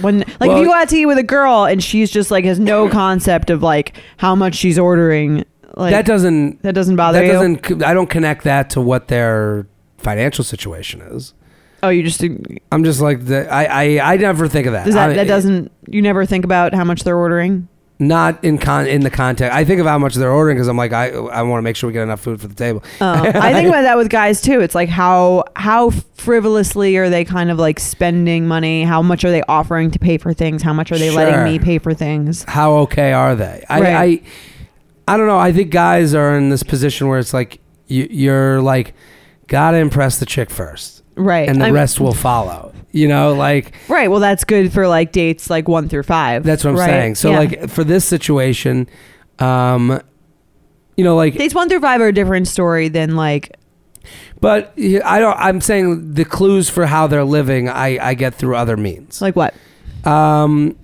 Speaker 5: when like
Speaker 4: Well-
Speaker 5: if you go out to eat with a girl and she's just like has no concept of like how much she's ordering. Like
Speaker 4: that doesn't
Speaker 5: that doesn't bother
Speaker 4: that
Speaker 5: you.
Speaker 4: doesn't co- i don't connect that to what their financial situation is
Speaker 5: oh, you just does
Speaker 4: i'm just like the, I, I i never think of that
Speaker 5: that
Speaker 4: I-
Speaker 5: that doesn't you never think about how much they're ordering.
Speaker 4: not in con in the context i think of how much they're ordering because i'm like i i want to make sure we get enough food for the table
Speaker 5: Um, I think about that with guys too. It's like how how frivolously are they kind of like spending money? How much are they offering to pay for things? How much are they
Speaker 4: Sure.
Speaker 5: letting me pay for things?
Speaker 4: how okay are they i
Speaker 5: Right.
Speaker 4: i i don't know i think guys are in this position where it's like you you're like gotta impress the chick first
Speaker 5: Right.
Speaker 4: and the
Speaker 5: I mean-
Speaker 4: rest will follow you know like
Speaker 5: Right. Well, that's good for like dates like one through five.
Speaker 4: that's what i'm
Speaker 5: right?
Speaker 4: saying so
Speaker 5: Yeah.
Speaker 4: like for this situation um you know like
Speaker 5: dates one through five are a different story than like
Speaker 4: But yeah, I don't. I'm saying the clues for how they're living, I I get through other means.
Speaker 5: like what?
Speaker 4: Um,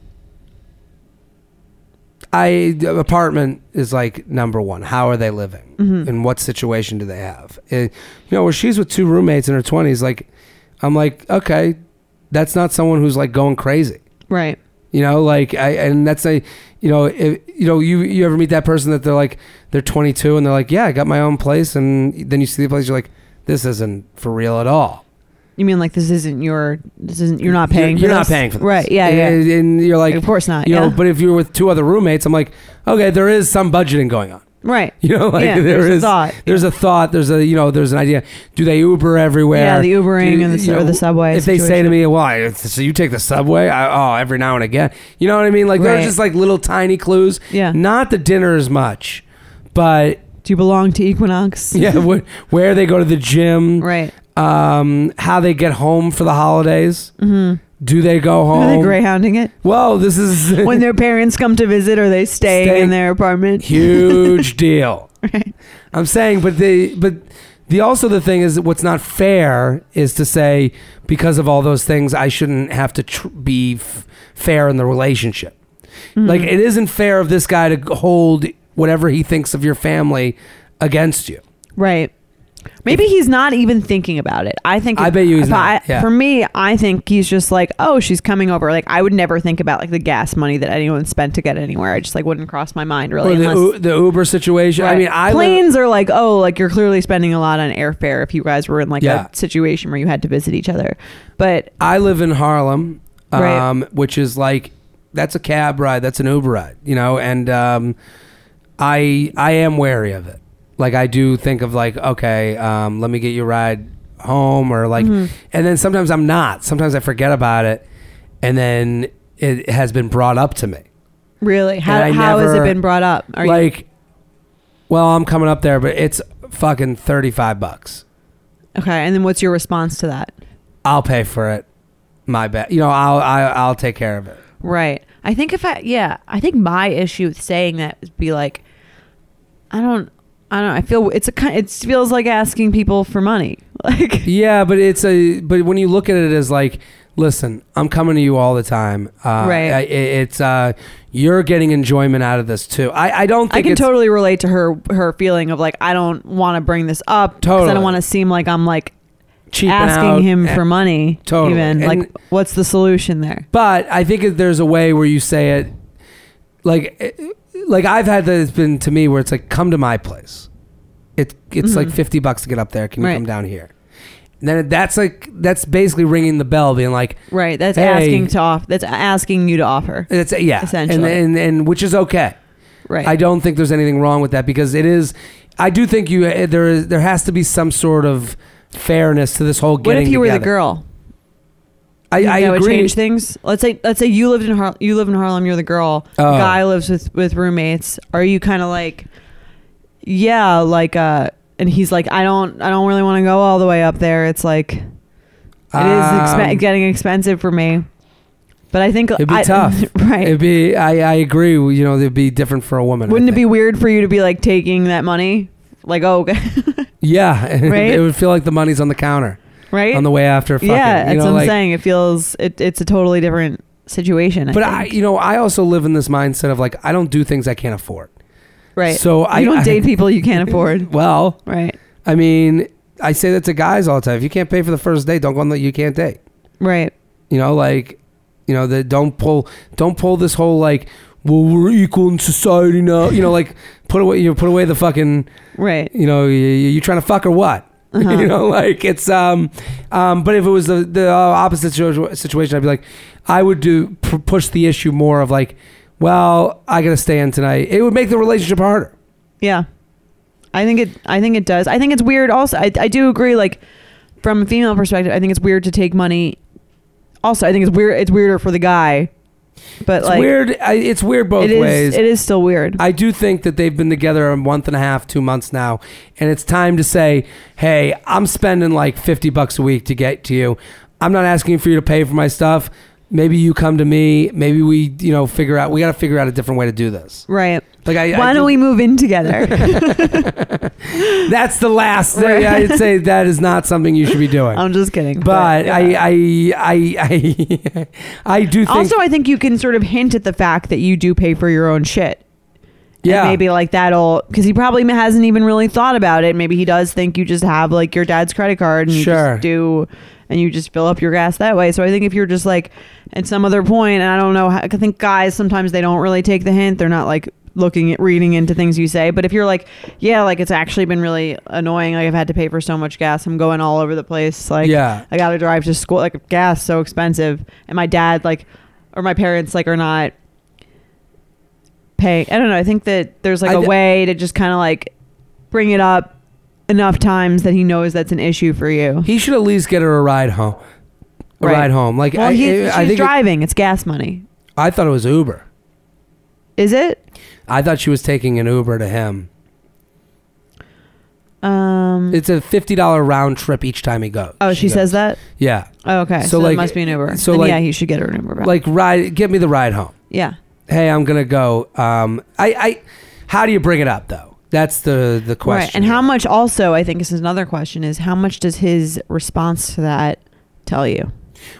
Speaker 4: I the apartment is like number one. How are they living?
Speaker 5: Mm-hmm.
Speaker 4: And what situation do they have? It- you know, where she's with two roommates in her twenties. Like, I'm like, okay, that's not someone who's like going crazy.
Speaker 5: Right.
Speaker 4: You know, like I and that's a, you know, if, you know, you you ever meet that person that they're like they're 22 and they're like, yeah, I got my own place, and then you see the place, you're like, this isn't for real at all.
Speaker 5: You mean like this isn't your this isn't you're not paying
Speaker 4: You're, you're
Speaker 5: for
Speaker 4: not
Speaker 5: this?
Speaker 4: paying for this,
Speaker 5: Right. Yeah. yeah.
Speaker 4: And, and you're like,
Speaker 5: Of course not,
Speaker 4: You know,
Speaker 5: yeah.
Speaker 4: but if you're with two other roommates, I'm like, okay, there is some budgeting going on.
Speaker 5: right.
Speaker 4: You know, like
Speaker 5: Yeah,
Speaker 4: there
Speaker 5: there's a
Speaker 4: is-
Speaker 5: thought.
Speaker 4: There's a thought. There's a you know. There's an idea. Do they Uber everywhere?
Speaker 5: Yeah, the Ubering
Speaker 4: Do-
Speaker 5: and the
Speaker 4: you
Speaker 5: su- or the subway
Speaker 4: If they say to
Speaker 5: situation.
Speaker 4: me, "Well, I- so you take the subway?" I, oh, every now and again. You know what I mean? Like there's
Speaker 5: Right.
Speaker 4: just like little tiny clues.
Speaker 5: Yeah.
Speaker 4: Not the dinner as much, but
Speaker 5: Do you belong to Equinox?
Speaker 4: yeah, where, where they go to the gym,
Speaker 5: Right.
Speaker 4: um, how they get home for the holidays. Mm-hmm. Do they go home?
Speaker 5: Are they greyhounding it?
Speaker 4: Well, this is
Speaker 5: When their parents come to visit, are they staying
Speaker 4: Staying.
Speaker 5: in their apartment?
Speaker 4: huge deal. I'm saying, but the but the also the thing is what's not fair is to say because of all those things I shouldn't have to tr- be f- fair in the relationship.
Speaker 5: Hmm.
Speaker 4: Like it isn't fair of this guy to hold whatever he thinks of your family against you.
Speaker 5: Right. Maybe he's not even thinking about it. I think
Speaker 4: I bet you he's
Speaker 5: if I-
Speaker 4: not, yeah.
Speaker 5: For me, I think he's just like, oh, she's coming over. Like I would never think about like the gas money that anyone spent to get anywhere. I just like wouldn't cross my mind really.
Speaker 4: Or the,
Speaker 5: unless,
Speaker 4: U- the Uber situation. I
Speaker 5: Right.
Speaker 4: mean, I live-
Speaker 5: planes are like, oh, like you're clearly spending a lot on airfare if you guys were in like
Speaker 4: Yeah.
Speaker 5: a situation where you had to visit each other. But
Speaker 4: I live in Harlem, um,
Speaker 5: Right.
Speaker 4: which is like that's a cab ride, that's an Uber ride, you know, and um, I I am wary of it. Like I do think of like okay, um, let me get you a ride home or like,
Speaker 5: Mm-hmm.
Speaker 4: and then sometimes I'm not. Sometimes I forget about it, and then it has been brought up to me.
Speaker 5: really, how,
Speaker 4: I
Speaker 5: how has
Speaker 4: never-
Speaker 5: it been brought up? Are you
Speaker 4: like, well, I'm coming up there, but it's fucking thirty five bucks.
Speaker 5: okay? And then what's your response to that?
Speaker 4: I'll pay for it. My bad. You know, I'll I, I'll take care of it.
Speaker 5: Right. I think if I yeah, I think my issue with saying that would be like I don't I don't I feel it's a kind it feels like asking people for money. Like
Speaker 4: Yeah, but it's a but when you look at it as like, listen, I'm coming to you all the time. Uh,
Speaker 5: Right.
Speaker 4: I, it's uh, you're getting enjoyment out of this too. I I don't
Speaker 5: I
Speaker 4: think
Speaker 5: can
Speaker 4: it's,
Speaker 5: totally relate to her her feeling of like I don't want to bring this up 'cause I
Speaker 4: Totally.
Speaker 5: don't want to seem like I'm like
Speaker 4: cheaping out. Eh,
Speaker 5: asking him for money
Speaker 4: Totally.
Speaker 5: even
Speaker 4: And-
Speaker 5: like what's the solution there?
Speaker 4: But I think if there's a way where you say it, like, eh, like I've had that. It's been to me where it's like, come to my place. It it's like fifty bucks to get up there. Can you
Speaker 5: Mm-hmm. Right.
Speaker 4: come down here? And then that's like that's basically ringing the bell, being like,
Speaker 5: Right. That's
Speaker 4: Hey.
Speaker 5: asking to off that's asking you to offer.
Speaker 4: it's yeah, and
Speaker 5: Essentially.
Speaker 4: and, and which is okay.
Speaker 5: Right.
Speaker 4: I don't think there's anything wrong with that because it is. I do think you eh, there is there has to be some sort of fairness to this whole
Speaker 5: what
Speaker 4: getting.
Speaker 5: if you were the
Speaker 4: together.
Speaker 5: girl?
Speaker 4: I,
Speaker 5: think
Speaker 4: I
Speaker 5: that would
Speaker 4: agree.
Speaker 5: change things. Let's say let's say you lived in Harlem. You live in Harlem. You're the girl.
Speaker 4: Oh.
Speaker 5: Guy lives with with roommates. Are you kind of like, yeah, like uh? And he's like, I don't, I don't really want to go all the way up there. It's like, It is expe-
Speaker 4: Um,
Speaker 5: getting expensive for me. But I think
Speaker 4: It'd be
Speaker 5: I-
Speaker 4: tough,
Speaker 5: right?
Speaker 4: It'd be. I, I agree. You know, it'd be different for a woman. I
Speaker 5: Wouldn't it be
Speaker 4: think.
Speaker 5: weird for you to be like taking that money? Like, oh,
Speaker 4: Yeah,
Speaker 5: Right?
Speaker 4: it would feel like the money's on the counter
Speaker 5: right?
Speaker 4: on the way after. Fucking,
Speaker 5: yeah, that's
Speaker 4: you know,
Speaker 5: what I'm
Speaker 4: like-
Speaker 5: saying. It feels it, it's a totally different situation. I
Speaker 4: But
Speaker 5: think.
Speaker 4: I, you know, I also live in this mindset of like I don't do things I can't afford.
Speaker 5: right?
Speaker 4: So I
Speaker 5: you don't
Speaker 4: I-
Speaker 5: date people you can't afford,
Speaker 4: Well,
Speaker 5: right?
Speaker 4: I mean, I say that to guys all the time. If you can't pay for the first date, don't go on that you can't date.
Speaker 5: Right?
Speaker 4: You know, like, you know, that don't pull, don't pull this whole like, well, we're equal in society now. You know, like, put away, you know, put away the fucking,
Speaker 5: Right?
Speaker 4: you know, you, you trying to fuck or what?
Speaker 5: Uh-huh.
Speaker 4: You know, like it's um, um. But if it was the the uh, opposite situa- situation, I'd be like, I would do p- push the issue more of like, well, I gotta stay in tonight. It would make the relationship harder.
Speaker 5: Yeah. I think it. I think it does. I think it's weird. Also, I, I do agree. Like, from a female perspective, I think it's weird to take money. Also, I think it's weird. It's weirder for the guy, but
Speaker 4: It's
Speaker 5: like
Speaker 4: weird. I, it's weird both
Speaker 5: it is.
Speaker 4: ways.
Speaker 5: It is still weird.
Speaker 4: I do think that they've been together a month and a half, two months now, and it's time to say, "Hey, I'm spending like fifty bucks a week to get to you. I'm not asking for you to pay for my stuff. Maybe you come to me. Maybe we, you know, figure out. We got to figure out a different way to do this.
Speaker 5: right.
Speaker 4: Like, I,
Speaker 5: Why
Speaker 4: I
Speaker 5: don't we move in together?
Speaker 4: That's the last. thing I'd say that is not something you should be doing.
Speaker 5: I'm just kidding.
Speaker 4: but
Speaker 5: Oh, yeah.
Speaker 4: I, I, I, I, I do think.
Speaker 5: also, I think you can sort of hint at the fact that you do pay for your own shit. And
Speaker 4: yeah,
Speaker 5: maybe like that'll because he probably hasn't even really thought about it. Maybe he does think you just have like your dad's credit card and you
Speaker 4: Sure.
Speaker 5: just do and you just fill up your gas that way. So I think if you're just like at some other point, and I don't know, how- I think guys sometimes they don't really take the hint. They're not like looking at reading into things you say. But if you're like, yeah, like it's actually been really annoying. Like I've had to pay for so much gas. I'm going all over the place. Like
Speaker 4: Yeah.
Speaker 5: I got to drive to school. Like gas so expensive, and my dad like or my parents like are not paying. I don't know. I think that there's like
Speaker 4: I
Speaker 5: a
Speaker 4: th-
Speaker 5: way to just kind of like bring it up enough times that he knows that's an issue for you.
Speaker 4: he should at least get her a ride home. A
Speaker 5: Right.
Speaker 4: ride home. Like
Speaker 5: well,
Speaker 4: I,
Speaker 5: he, she's
Speaker 4: I think. it-
Speaker 5: driving. it's gas money.
Speaker 4: I thought it was Uber.
Speaker 5: Is it?
Speaker 4: I thought she was taking an Uber to him.
Speaker 5: Um.
Speaker 4: It's a fifty dollar round trip each time he goes.
Speaker 5: oh, she, says
Speaker 4: goes.
Speaker 5: that.
Speaker 4: Yeah,
Speaker 5: Oh, okay.
Speaker 4: So,
Speaker 5: So, like,
Speaker 4: like-
Speaker 5: it must be an Uber.
Speaker 4: so,
Speaker 5: So
Speaker 4: like-
Speaker 5: yeah, he should get her an Uber. Back.
Speaker 4: like ride. Get me the ride home.
Speaker 5: yeah.
Speaker 4: Hey, I'm gonna go. Um, I, I, how do you bring it up though? That's the the question.
Speaker 5: Right. And how much? Also, I think this is another question: is how much does his response to that tell you?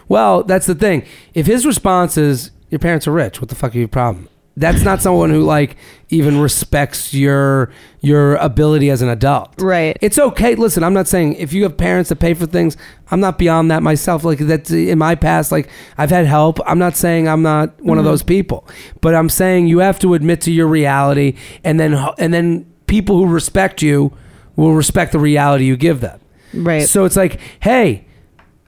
Speaker 4: Well, that's the thing. If his response is your parents are rich, what the fuck are your problem? That's not someone who like even respects your your ability as an adult.
Speaker 5: Right.
Speaker 4: It's okay. Listen, I'm not saying if you have parents that pay for things, I'm not beyond that myself. Like that's in my past, like I've had help. I'm not saying I'm not one of
Speaker 5: Mm-hmm.
Speaker 4: those people, but I'm saying you have to admit to your reality, and then and then people who respect you will respect the reality you give them.
Speaker 5: right.
Speaker 4: So it's like, hey,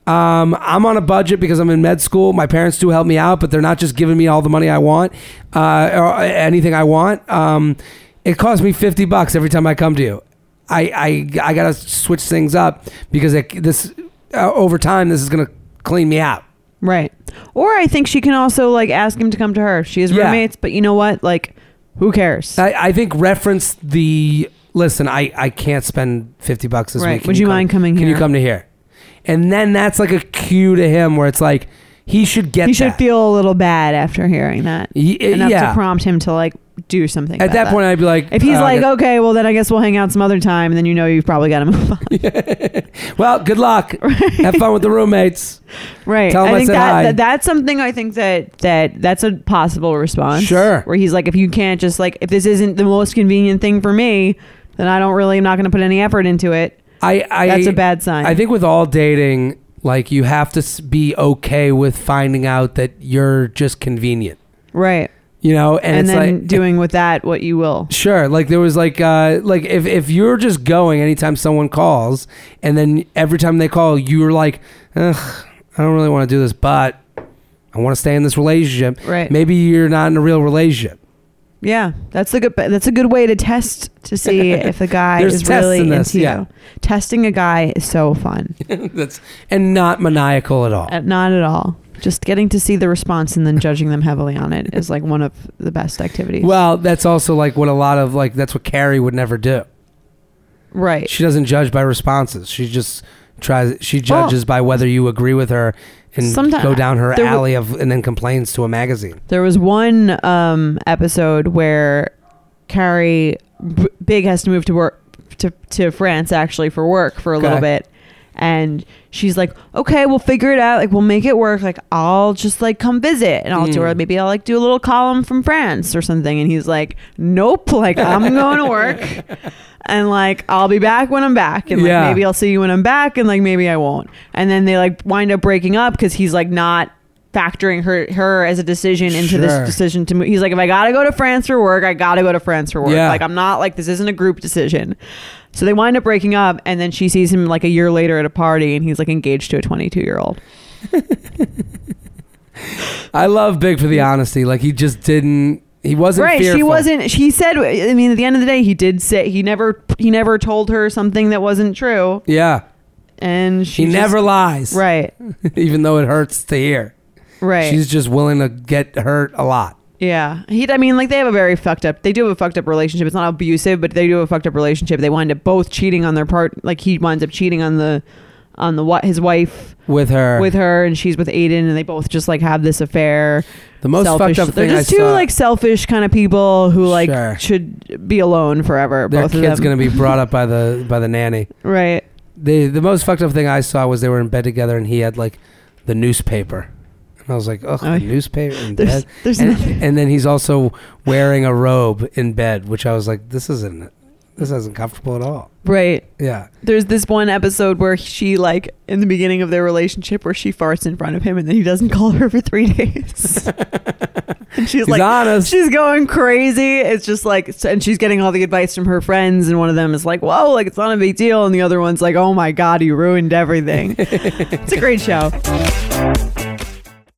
Speaker 4: um, I'm on a budget because I'm in med school. My parents do help me out, but they're not just giving me all the money I want uh, or anything I want. Um, it costs me 50 bucks every time I come to you. I, I, I got to switch things up because it, this uh, over time, this is going to clean me out.
Speaker 5: Right. Or I think she can also like ask him to come to her. She has
Speaker 4: Yeah.
Speaker 5: roommates, but you know what? Like, who cares?
Speaker 4: I, I think reference the listen. I, I can't spend fifty bucks this
Speaker 5: Right.
Speaker 4: week. Can
Speaker 5: Would you mind coming
Speaker 4: Can you
Speaker 5: here?
Speaker 4: come to here? And then that's like a cue to him where it's like he should get.
Speaker 5: he should
Speaker 4: that.
Speaker 5: feel a little bad after hearing that.
Speaker 4: Y- uh,
Speaker 5: enough
Speaker 4: yeah.
Speaker 5: to prompt him to like do something.
Speaker 4: At
Speaker 5: about
Speaker 4: that point, I'd be like,
Speaker 5: if he's
Speaker 4: uh,
Speaker 5: like, okay, well then I guess we'll hang out some other time, and then you know you've probably got to move on.
Speaker 4: well, good luck. Have fun with the roommates.
Speaker 5: right.
Speaker 4: Tell him I
Speaker 5: I think
Speaker 4: said
Speaker 5: that,
Speaker 4: hi.
Speaker 5: that that's something I think that that that's a possible response.
Speaker 4: Sure.
Speaker 5: Where he's like, if you can't just like, if this isn't the most convenient thing for me, then I don't really, I'm not going to put any effort into it.
Speaker 4: I, I
Speaker 5: That's a bad sign.
Speaker 4: I think with all dating, like you have to s- be okay with finding out that you're just convenient.
Speaker 5: Right.
Speaker 4: You know, and,
Speaker 5: And,
Speaker 4: it's
Speaker 5: then
Speaker 4: like
Speaker 5: doing with that what you will.
Speaker 4: Sure. Like there was like uh like if if you're just going anytime someone calls and then every time they call you're like, Ugh, I don't really want to do this, but I want to stay in this relationship.
Speaker 5: Right.
Speaker 4: Maybe you're not in a real relationship.
Speaker 5: Yeah, that's a good. That's a good way to test to see if the guy
Speaker 4: There's
Speaker 5: is
Speaker 4: tests
Speaker 5: really
Speaker 4: in this,
Speaker 5: into
Speaker 4: yeah.
Speaker 5: you. Testing a guy is so fun.
Speaker 4: That's and not maniacal at all.
Speaker 5: Uh, Not at all. Just getting to see the response and then judging them heavily on it is like one of the best activities.
Speaker 4: Well, that's also like what a lot of like that's what Carrie would never do.
Speaker 5: right.
Speaker 4: She doesn't judge by responses. She just tries. She judges by whether you agree with her and
Speaker 5: Sometime-
Speaker 4: go down her
Speaker 5: there w-
Speaker 4: alley of, and then complains to a magazine.
Speaker 5: There was one um, episode where Carrie B- Big has to move to work to, to France actually for work for a little
Speaker 4: Okay.
Speaker 5: bit. And she's like, okay, we'll figure it out. Like, we'll make it work. Like, I'll just like come visit and I'll
Speaker 4: Mm.
Speaker 5: do it. Maybe I'll like do a little column from France or something. And he's like, nope. Like, I'm going to work and like, I'll be back when I'm back. And like,
Speaker 4: Yeah.
Speaker 5: maybe I'll see you when I'm back. And like, maybe I won't. And then they like wind up breaking up because he's like not factoring her, her as a decision into
Speaker 4: Sure.
Speaker 5: this decision to move. He's like, if I gotta go to France for work, I gotta go to France for work.
Speaker 4: Yeah.
Speaker 5: Like I'm not like this isn't a group decision. So they wind up breaking up, and then she sees him like a year later at a party, and he's like engaged to a 22 year old.
Speaker 4: I love Big for the honesty. Like he just didn't. He wasn't
Speaker 5: Right? She
Speaker 4: fearful.
Speaker 5: wasn't. She said. I mean, at the end of the day, he did say he never he never told her something that wasn't true,
Speaker 4: Yeah,
Speaker 5: and she
Speaker 4: she
Speaker 5: just-
Speaker 4: never lies.
Speaker 5: Right.
Speaker 4: even though it hurts to hear.
Speaker 5: Right.
Speaker 4: She's just willing to get hurt a lot.
Speaker 5: Yeah, he. I mean, like they have a very fucked up. They do have a fucked up relationship. It's not abusive, but they do have a fucked up relationship. They wind up both cheating on their part. Like he winds up cheating on the, on the what his wife
Speaker 4: with her.
Speaker 5: with her, and she's with Aiden, and they both just like have this affair.
Speaker 4: The most
Speaker 5: Selfish-
Speaker 4: Oh, fucked up
Speaker 5: They're
Speaker 4: thing I
Speaker 5: just two
Speaker 4: saw-
Speaker 5: like selfish kind of people who like
Speaker 4: Sure.
Speaker 5: should be alone forever.
Speaker 4: their
Speaker 5: both
Speaker 4: kid's
Speaker 5: of them.
Speaker 4: gonna be brought up by the by the nanny.
Speaker 5: right.
Speaker 4: The the most fucked up thing I saw was they were in bed together and he had like the newspaper. And I was like, ugh,
Speaker 5: Oh,
Speaker 4: the
Speaker 5: yeah.
Speaker 4: newspaper in
Speaker 5: There's-
Speaker 4: bed.
Speaker 5: there's
Speaker 4: and,
Speaker 5: nothing-
Speaker 4: and then he's also wearing a robe in bed, which I was like, this isn't this isn't comfortable at all.
Speaker 5: Right.
Speaker 4: Yeah.
Speaker 5: There's this one episode where she like in the beginning of their relationship where she farts in front of him and then he doesn't call her for three days. and she's
Speaker 4: He's
Speaker 5: like
Speaker 4: honest.
Speaker 5: she's going crazy. It's just like and she's getting all the advice from her friends and one of them is like, Whoa, like it's not a big deal and the other one's like, Oh my god, you ruined everything. it's a great show.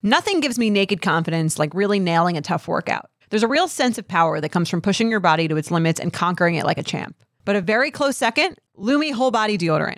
Speaker 3: Nothing gives me naked confidence like really nailing a tough workout. There's a real sense of power that comes from pushing your body to its limits and conquering it like a champ. But a very close second, Lumi Whole Body Deodorant.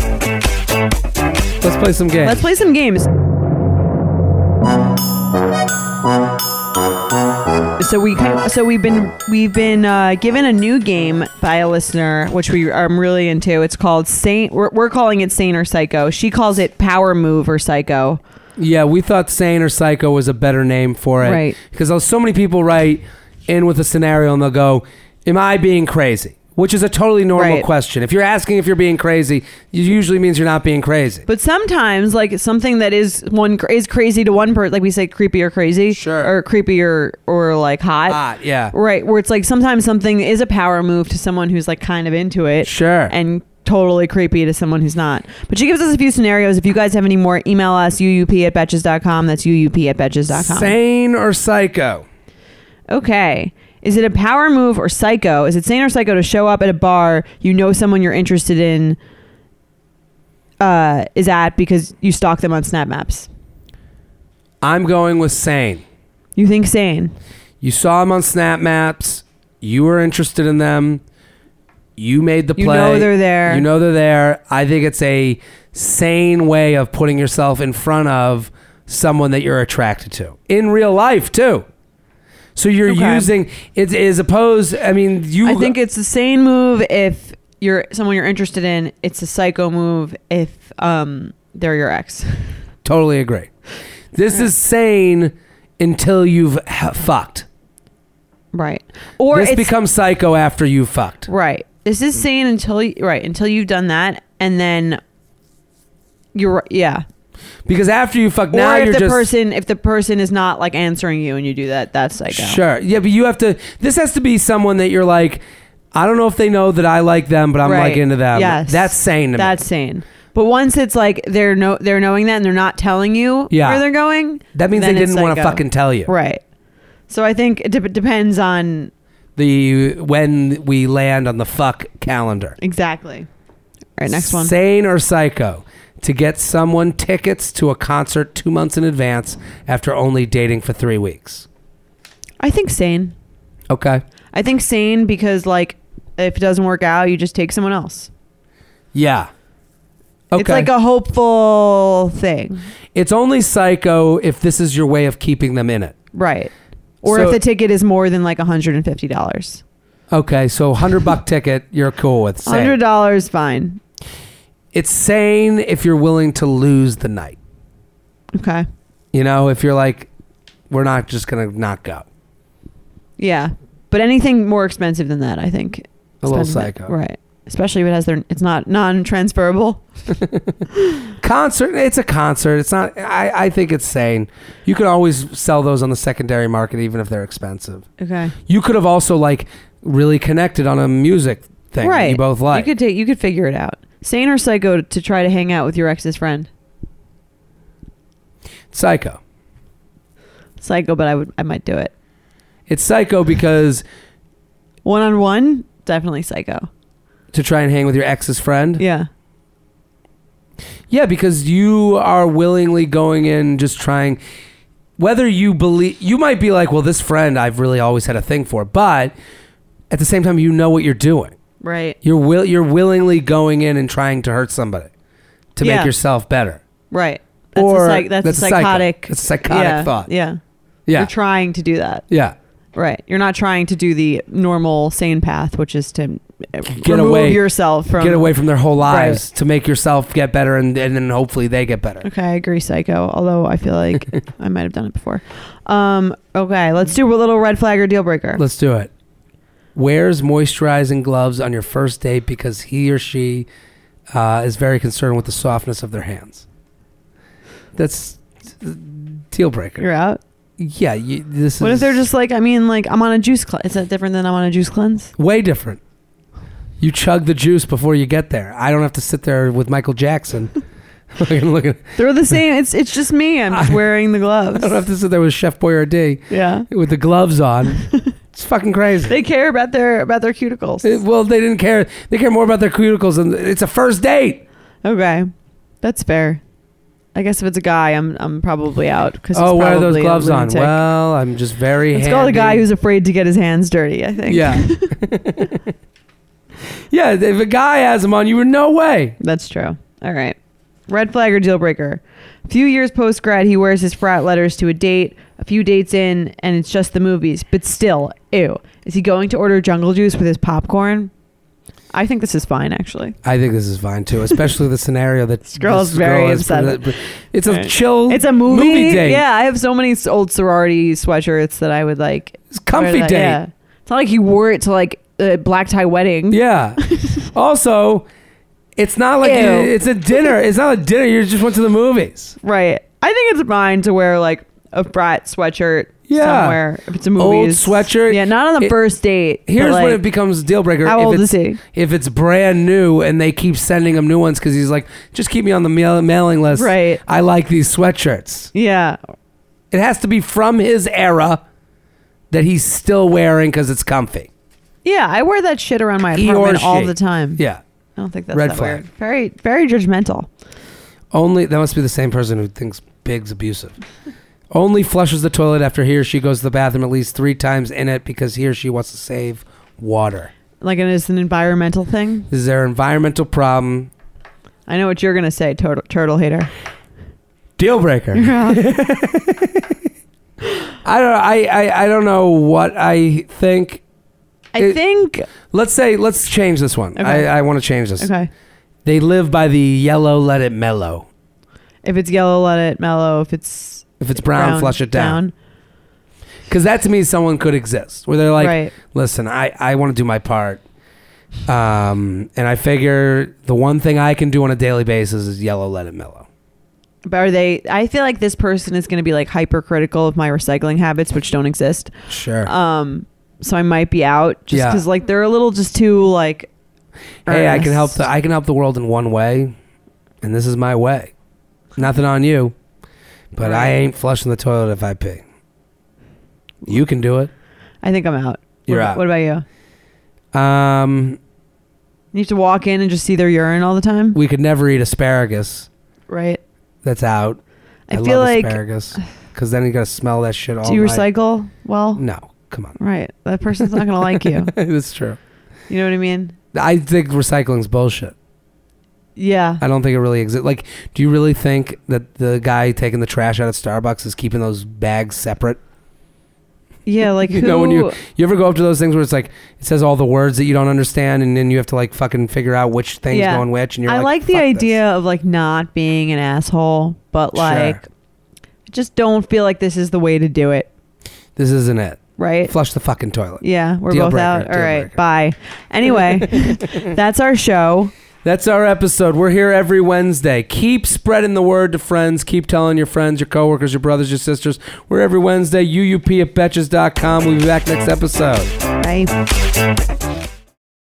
Speaker 4: Let's play some games.
Speaker 5: Let's play some games. So we kind of, so we've been we've been uh, given a new game by a listener, which we are really into. It's called Saint. We're, we're calling it Sane or Psycho. She calls it Power Move or Psycho.
Speaker 4: Yeah, we thought sane or psycho was a better name for it.
Speaker 5: Right.
Speaker 4: Because there's so many people write in with a scenario and they'll go, Am I being crazy? Which is a totally normal
Speaker 5: Right.
Speaker 4: question. If you're asking if you're being crazy, it usually means you're not being crazy.
Speaker 5: But sometimes, like something that is one is crazy to one person, like we say, creepy or crazy,
Speaker 4: Sure.
Speaker 5: or creepy or or like hot,
Speaker 4: Hot, yeah.
Speaker 5: right? Where it's like sometimes something is a power move to someone who's like kind of into it,
Speaker 4: Sure.
Speaker 5: and totally creepy to someone who's not. But she gives us a few scenarios. If you guys have any more, email us uup at betches.com. That's uup at betches.com.
Speaker 4: Sane or psycho?
Speaker 5: Okay. Is it a power move or psycho? Is it sane or psycho to show up at a bar you know someone you're interested in uh, is at because you stalk them on Snap Maps?
Speaker 4: I'm going with sane.
Speaker 5: You think sane?
Speaker 4: You saw him on Snap Maps. You were interested in them. You made the play.
Speaker 5: You know they're there.
Speaker 4: You know they're there. I think it's a sane way of putting yourself in front of someone that you're attracted to in real life too. So you're
Speaker 5: Okay.
Speaker 4: using it as opposed. I mean, you.
Speaker 5: I think it's a sane move if you're someone you're interested in. It's a psycho move if um, they're your ex.
Speaker 4: totally agree. This is sane until you've h- fucked.
Speaker 5: Right. Or
Speaker 4: this
Speaker 5: it's
Speaker 4: becomes psycho after you fucked.
Speaker 5: Right. This is sane until you, right until you've done that, and then you're right- yeah.
Speaker 4: Because after you fuck, now
Speaker 5: or if
Speaker 4: you're
Speaker 5: the
Speaker 4: just
Speaker 5: person if the person is not like answering you and you do that, that's psycho.
Speaker 4: Sure. Yeah, but you have to. This has to be someone that you're like. I don't know if they know that I like them, but I'm
Speaker 5: Right.
Speaker 4: like into them.
Speaker 5: Yes.
Speaker 4: That's sane to
Speaker 5: That's
Speaker 4: me.
Speaker 5: sane. But once it's like they're no they're knowing that and they're not telling you
Speaker 4: Yeah.
Speaker 5: where they're going,
Speaker 4: That means
Speaker 5: then
Speaker 4: they
Speaker 5: it's
Speaker 4: didn't want to
Speaker 5: psycho.
Speaker 4: fucking tell you.
Speaker 5: Right. So I think it de- depends on
Speaker 4: The when we land on the fuck calendar.
Speaker 5: exactly. All right, next one.
Speaker 4: Sane or psycho to get someone tickets to a concert two months in advance after only dating for three weeks.
Speaker 5: I think sane.
Speaker 4: Okay.
Speaker 5: I think sane because like if it doesn't work out, you just take someone else.
Speaker 4: Yeah. Okay.
Speaker 5: It's like a hopeful thing.
Speaker 4: It's only psycho if this is your way of keeping them in it.
Speaker 5: Right. Or
Speaker 4: So-
Speaker 5: if the ticket is more than like $150.
Speaker 4: Okay, so hundred buck ticket, you're cool with. Sane.
Speaker 5: $100 fine.
Speaker 4: it's sane if you're willing to lose the night.
Speaker 5: Okay.
Speaker 4: You know, if you're like, we're not just gonna not go.
Speaker 5: Yeah. But anything more expensive than that, I think.
Speaker 4: A little
Speaker 5: Expensive-
Speaker 4: psycho.
Speaker 5: Right. Especially if it has their it's not non-transferable.
Speaker 4: Concert, it's a concert. It's not. I, I think it's sane. You could always sell those on the secondary market, even if they're expensive.
Speaker 5: Okay.
Speaker 4: You could have also like really connected on a music thing that
Speaker 5: right.
Speaker 4: you both like.
Speaker 5: You could take you could figure it out. Sane or psycho to try to hang out with your ex's friend.
Speaker 4: psycho.
Speaker 5: Psycho, but I would I might do it.
Speaker 4: It's psycho because
Speaker 5: One on one, definitely psycho.
Speaker 4: to try and hang with your ex's friend.
Speaker 5: Yeah.
Speaker 4: Yeah, because you are willingly going in just trying whether you believe you might be like, well, this friend I've really always had a thing for, but at the same time you know what you're doing.
Speaker 5: Right.
Speaker 4: You're will you're willingly going in and trying to hurt somebody to
Speaker 5: Yeah.
Speaker 4: make yourself better.
Speaker 5: Right. That's
Speaker 4: Or-
Speaker 5: a psych, that's,
Speaker 4: that's a
Speaker 5: a
Speaker 4: psycho.
Speaker 5: psychotic.
Speaker 4: That's a psychotic
Speaker 5: yeah,
Speaker 4: thought.
Speaker 5: Yeah.
Speaker 4: Yeah.
Speaker 5: You're trying to do that.
Speaker 4: yeah.
Speaker 5: Right. You're not trying to do the normal sane path, which is to get remove
Speaker 4: away-
Speaker 5: yourself from
Speaker 4: get away from their whole
Speaker 5: Right.
Speaker 4: lives to make yourself get better and, and then hopefully they get better.
Speaker 5: Okay, I agree, psycho. Although I feel like I might have done it before. Um, okay, let's do a little red flag or deal breaker.
Speaker 4: Let's do it. Wears moisturizing gloves on your first date because he or she uh, is very concerned with the softness of their hands. That's deal breaker.
Speaker 5: You're out.
Speaker 4: yeah, you, this is
Speaker 5: What if they're just like? I mean, like I'm on a juice cleanse. Is that different than I'm on a juice cleanse?
Speaker 4: way different. You chug the juice before you get there. I don't have to sit there with Michael Jackson. Fucking looking-
Speaker 5: They're the same. It's it's just me. I'm just wearing the
Speaker 4: I don't have
Speaker 5: gloves.
Speaker 4: to sit there with Chef Boyardee
Speaker 5: Yeah,
Speaker 4: with the gloves on. it's fucking crazy.
Speaker 5: they care about their about their
Speaker 4: It-
Speaker 5: cuticles.
Speaker 4: well, they didn't care. They care more about their cuticles, and it's a first date.
Speaker 5: Okay, that's fair. I guess if it's a guy, I'm I'm probably out. Cause he's
Speaker 4: Oh, what are those
Speaker 5: probably a
Speaker 4: gloves on?
Speaker 5: lunatic.
Speaker 4: Well, I'm just very.
Speaker 5: Let's
Speaker 4: handy.
Speaker 5: call the guy who's afraid to get his hands dirty. I think.
Speaker 4: Yeah. yeah, if a guy has them on, you were no way.
Speaker 5: that's true. All right. Red flag or deal breaker. A few years post grad, he wears his frat letters to a date, a few dates in, and it's just the movies. But still, ew. Is he going to order jungle juice with his popcorn? I think this is fine, actually.
Speaker 4: I think this is fine too, especially the scenario that this
Speaker 5: girl's very
Speaker 4: girl is-
Speaker 5: upset.
Speaker 4: It's a chill.
Speaker 5: It's a movie.
Speaker 4: date.
Speaker 5: Yeah, I have so many s- old sorority sweatshirts that I would like.
Speaker 4: It's comfy
Speaker 5: wear that-
Speaker 4: date.
Speaker 5: Yeah. It's not like he wore it to like a black tie wedding.
Speaker 4: Yeah. also, it's not like
Speaker 5: Ew.
Speaker 4: it's a dinner. It's not a dinner. You just went to the movies.
Speaker 5: Right. I think it's fine to wear like a frat sweatshirt
Speaker 4: Yeah.
Speaker 5: somewhere if it's a movie.
Speaker 4: Old sweatshirt.
Speaker 5: Yeah, not on the
Speaker 4: It-
Speaker 5: first date. but,
Speaker 4: Here's when
Speaker 5: like,
Speaker 4: it becomes deal breaker.
Speaker 5: how old
Speaker 4: if
Speaker 5: is
Speaker 4: it's,
Speaker 5: he?
Speaker 4: If it's brand new and they keep sending him new ones because he's like, just keep me on the mail- mailing list.
Speaker 5: Right.
Speaker 4: I like these sweatshirts.
Speaker 5: Yeah.
Speaker 4: It has to be from his era that he's still wearing because it's comfy.
Speaker 5: Yeah, I wear that shit around my
Speaker 4: He or
Speaker 5: apartment all
Speaker 4: she.
Speaker 5: the time.
Speaker 4: Yeah.
Speaker 5: I don't think that's
Speaker 4: Red
Speaker 5: that
Speaker 4: flag.
Speaker 5: weird. Very, very judgmental.
Speaker 4: Only that must be the same person who thinks Big's abusive. Only flushes the toilet after he or she goes to the bathroom at least three times in it because he or she wants to save water.
Speaker 5: Like it is an environmental thing.
Speaker 4: This is their environmental problem.
Speaker 5: I know what you're gonna say, turtle, turtle hater.
Speaker 4: Deal breaker. I don't. I, I. I don't know what I think.
Speaker 5: I
Speaker 4: It-
Speaker 5: think.
Speaker 4: Let's say. Let's change this one.
Speaker 5: Okay.
Speaker 4: I, I want to change this.
Speaker 5: Okay.
Speaker 4: They live by the yellow, let it mellow.
Speaker 5: If it's yellow, let it mellow. If it's
Speaker 4: If it's brown, flush it down. Because that to me, someone could exist where they're like,
Speaker 5: Right.
Speaker 4: listen, I, I want to do my part. Um, and I figure the one thing I can do on a daily basis is yellow, let it mellow.
Speaker 5: But are they? I feel like this person is gonna be like hypercritical of my recycling habits, which don't exist.
Speaker 4: Sure.
Speaker 5: Um, so I might be out just
Speaker 4: Yeah.
Speaker 5: because like they're a little just too like.
Speaker 4: hey, I can help.
Speaker 5: earnest.
Speaker 4: The, I can help the world in one way, and this is my way. Nothing on you, but I ain't flushing the toilet if I pee. You can do it.
Speaker 5: I think I'm out.
Speaker 4: You're
Speaker 5: what,
Speaker 4: out.
Speaker 5: What about you?
Speaker 4: Um,
Speaker 5: You have to walk in and just see their urine all the time,
Speaker 4: we could never eat asparagus.
Speaker 5: right?
Speaker 4: That's out.
Speaker 5: I feel
Speaker 4: love
Speaker 5: like-
Speaker 4: asparagus because then you gotta smell that shit all.
Speaker 5: Do you
Speaker 4: night.
Speaker 5: recycle well?
Speaker 4: No, come on.
Speaker 5: Right. That person's not gonna like you.
Speaker 4: it's true.
Speaker 5: You know what I mean?
Speaker 4: I think recycling's bullshit.
Speaker 5: Yeah.
Speaker 4: I don't think it really exists. Like, do you really think that the guy taking the trash out at Starbucks is keeping those bags separate?
Speaker 5: Yeah. Like
Speaker 4: You
Speaker 5: who?
Speaker 4: know, when you you ever go up to those things where it's like it says all the words that you don't understand, and then you have to like fucking figure out which thing's
Speaker 5: Yeah.
Speaker 4: going which, and you're
Speaker 5: I
Speaker 4: like,
Speaker 5: like, the
Speaker 4: "Fuck this."
Speaker 5: idea of like not being an asshole, but
Speaker 4: Sure.
Speaker 5: like just don't feel like this is the way to do it,
Speaker 4: This isn't it.
Speaker 5: right?
Speaker 4: Flush the fucking toilet.
Speaker 5: Yeah, we're
Speaker 4: Deal
Speaker 5: both
Speaker 4: breaker,
Speaker 5: out. All
Speaker 4: deal
Speaker 5: right,
Speaker 4: breaker.
Speaker 5: bye. Anyway, that's our show.
Speaker 4: That's our episode. We're here every Wednesday. Keep spreading the word to friends. Keep telling your friends, your coworkers, your brothers, your sisters. We're every Wednesday. UUP at betches.com. We'll be back next episode.
Speaker 5: Bye.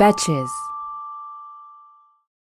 Speaker 6: Betches.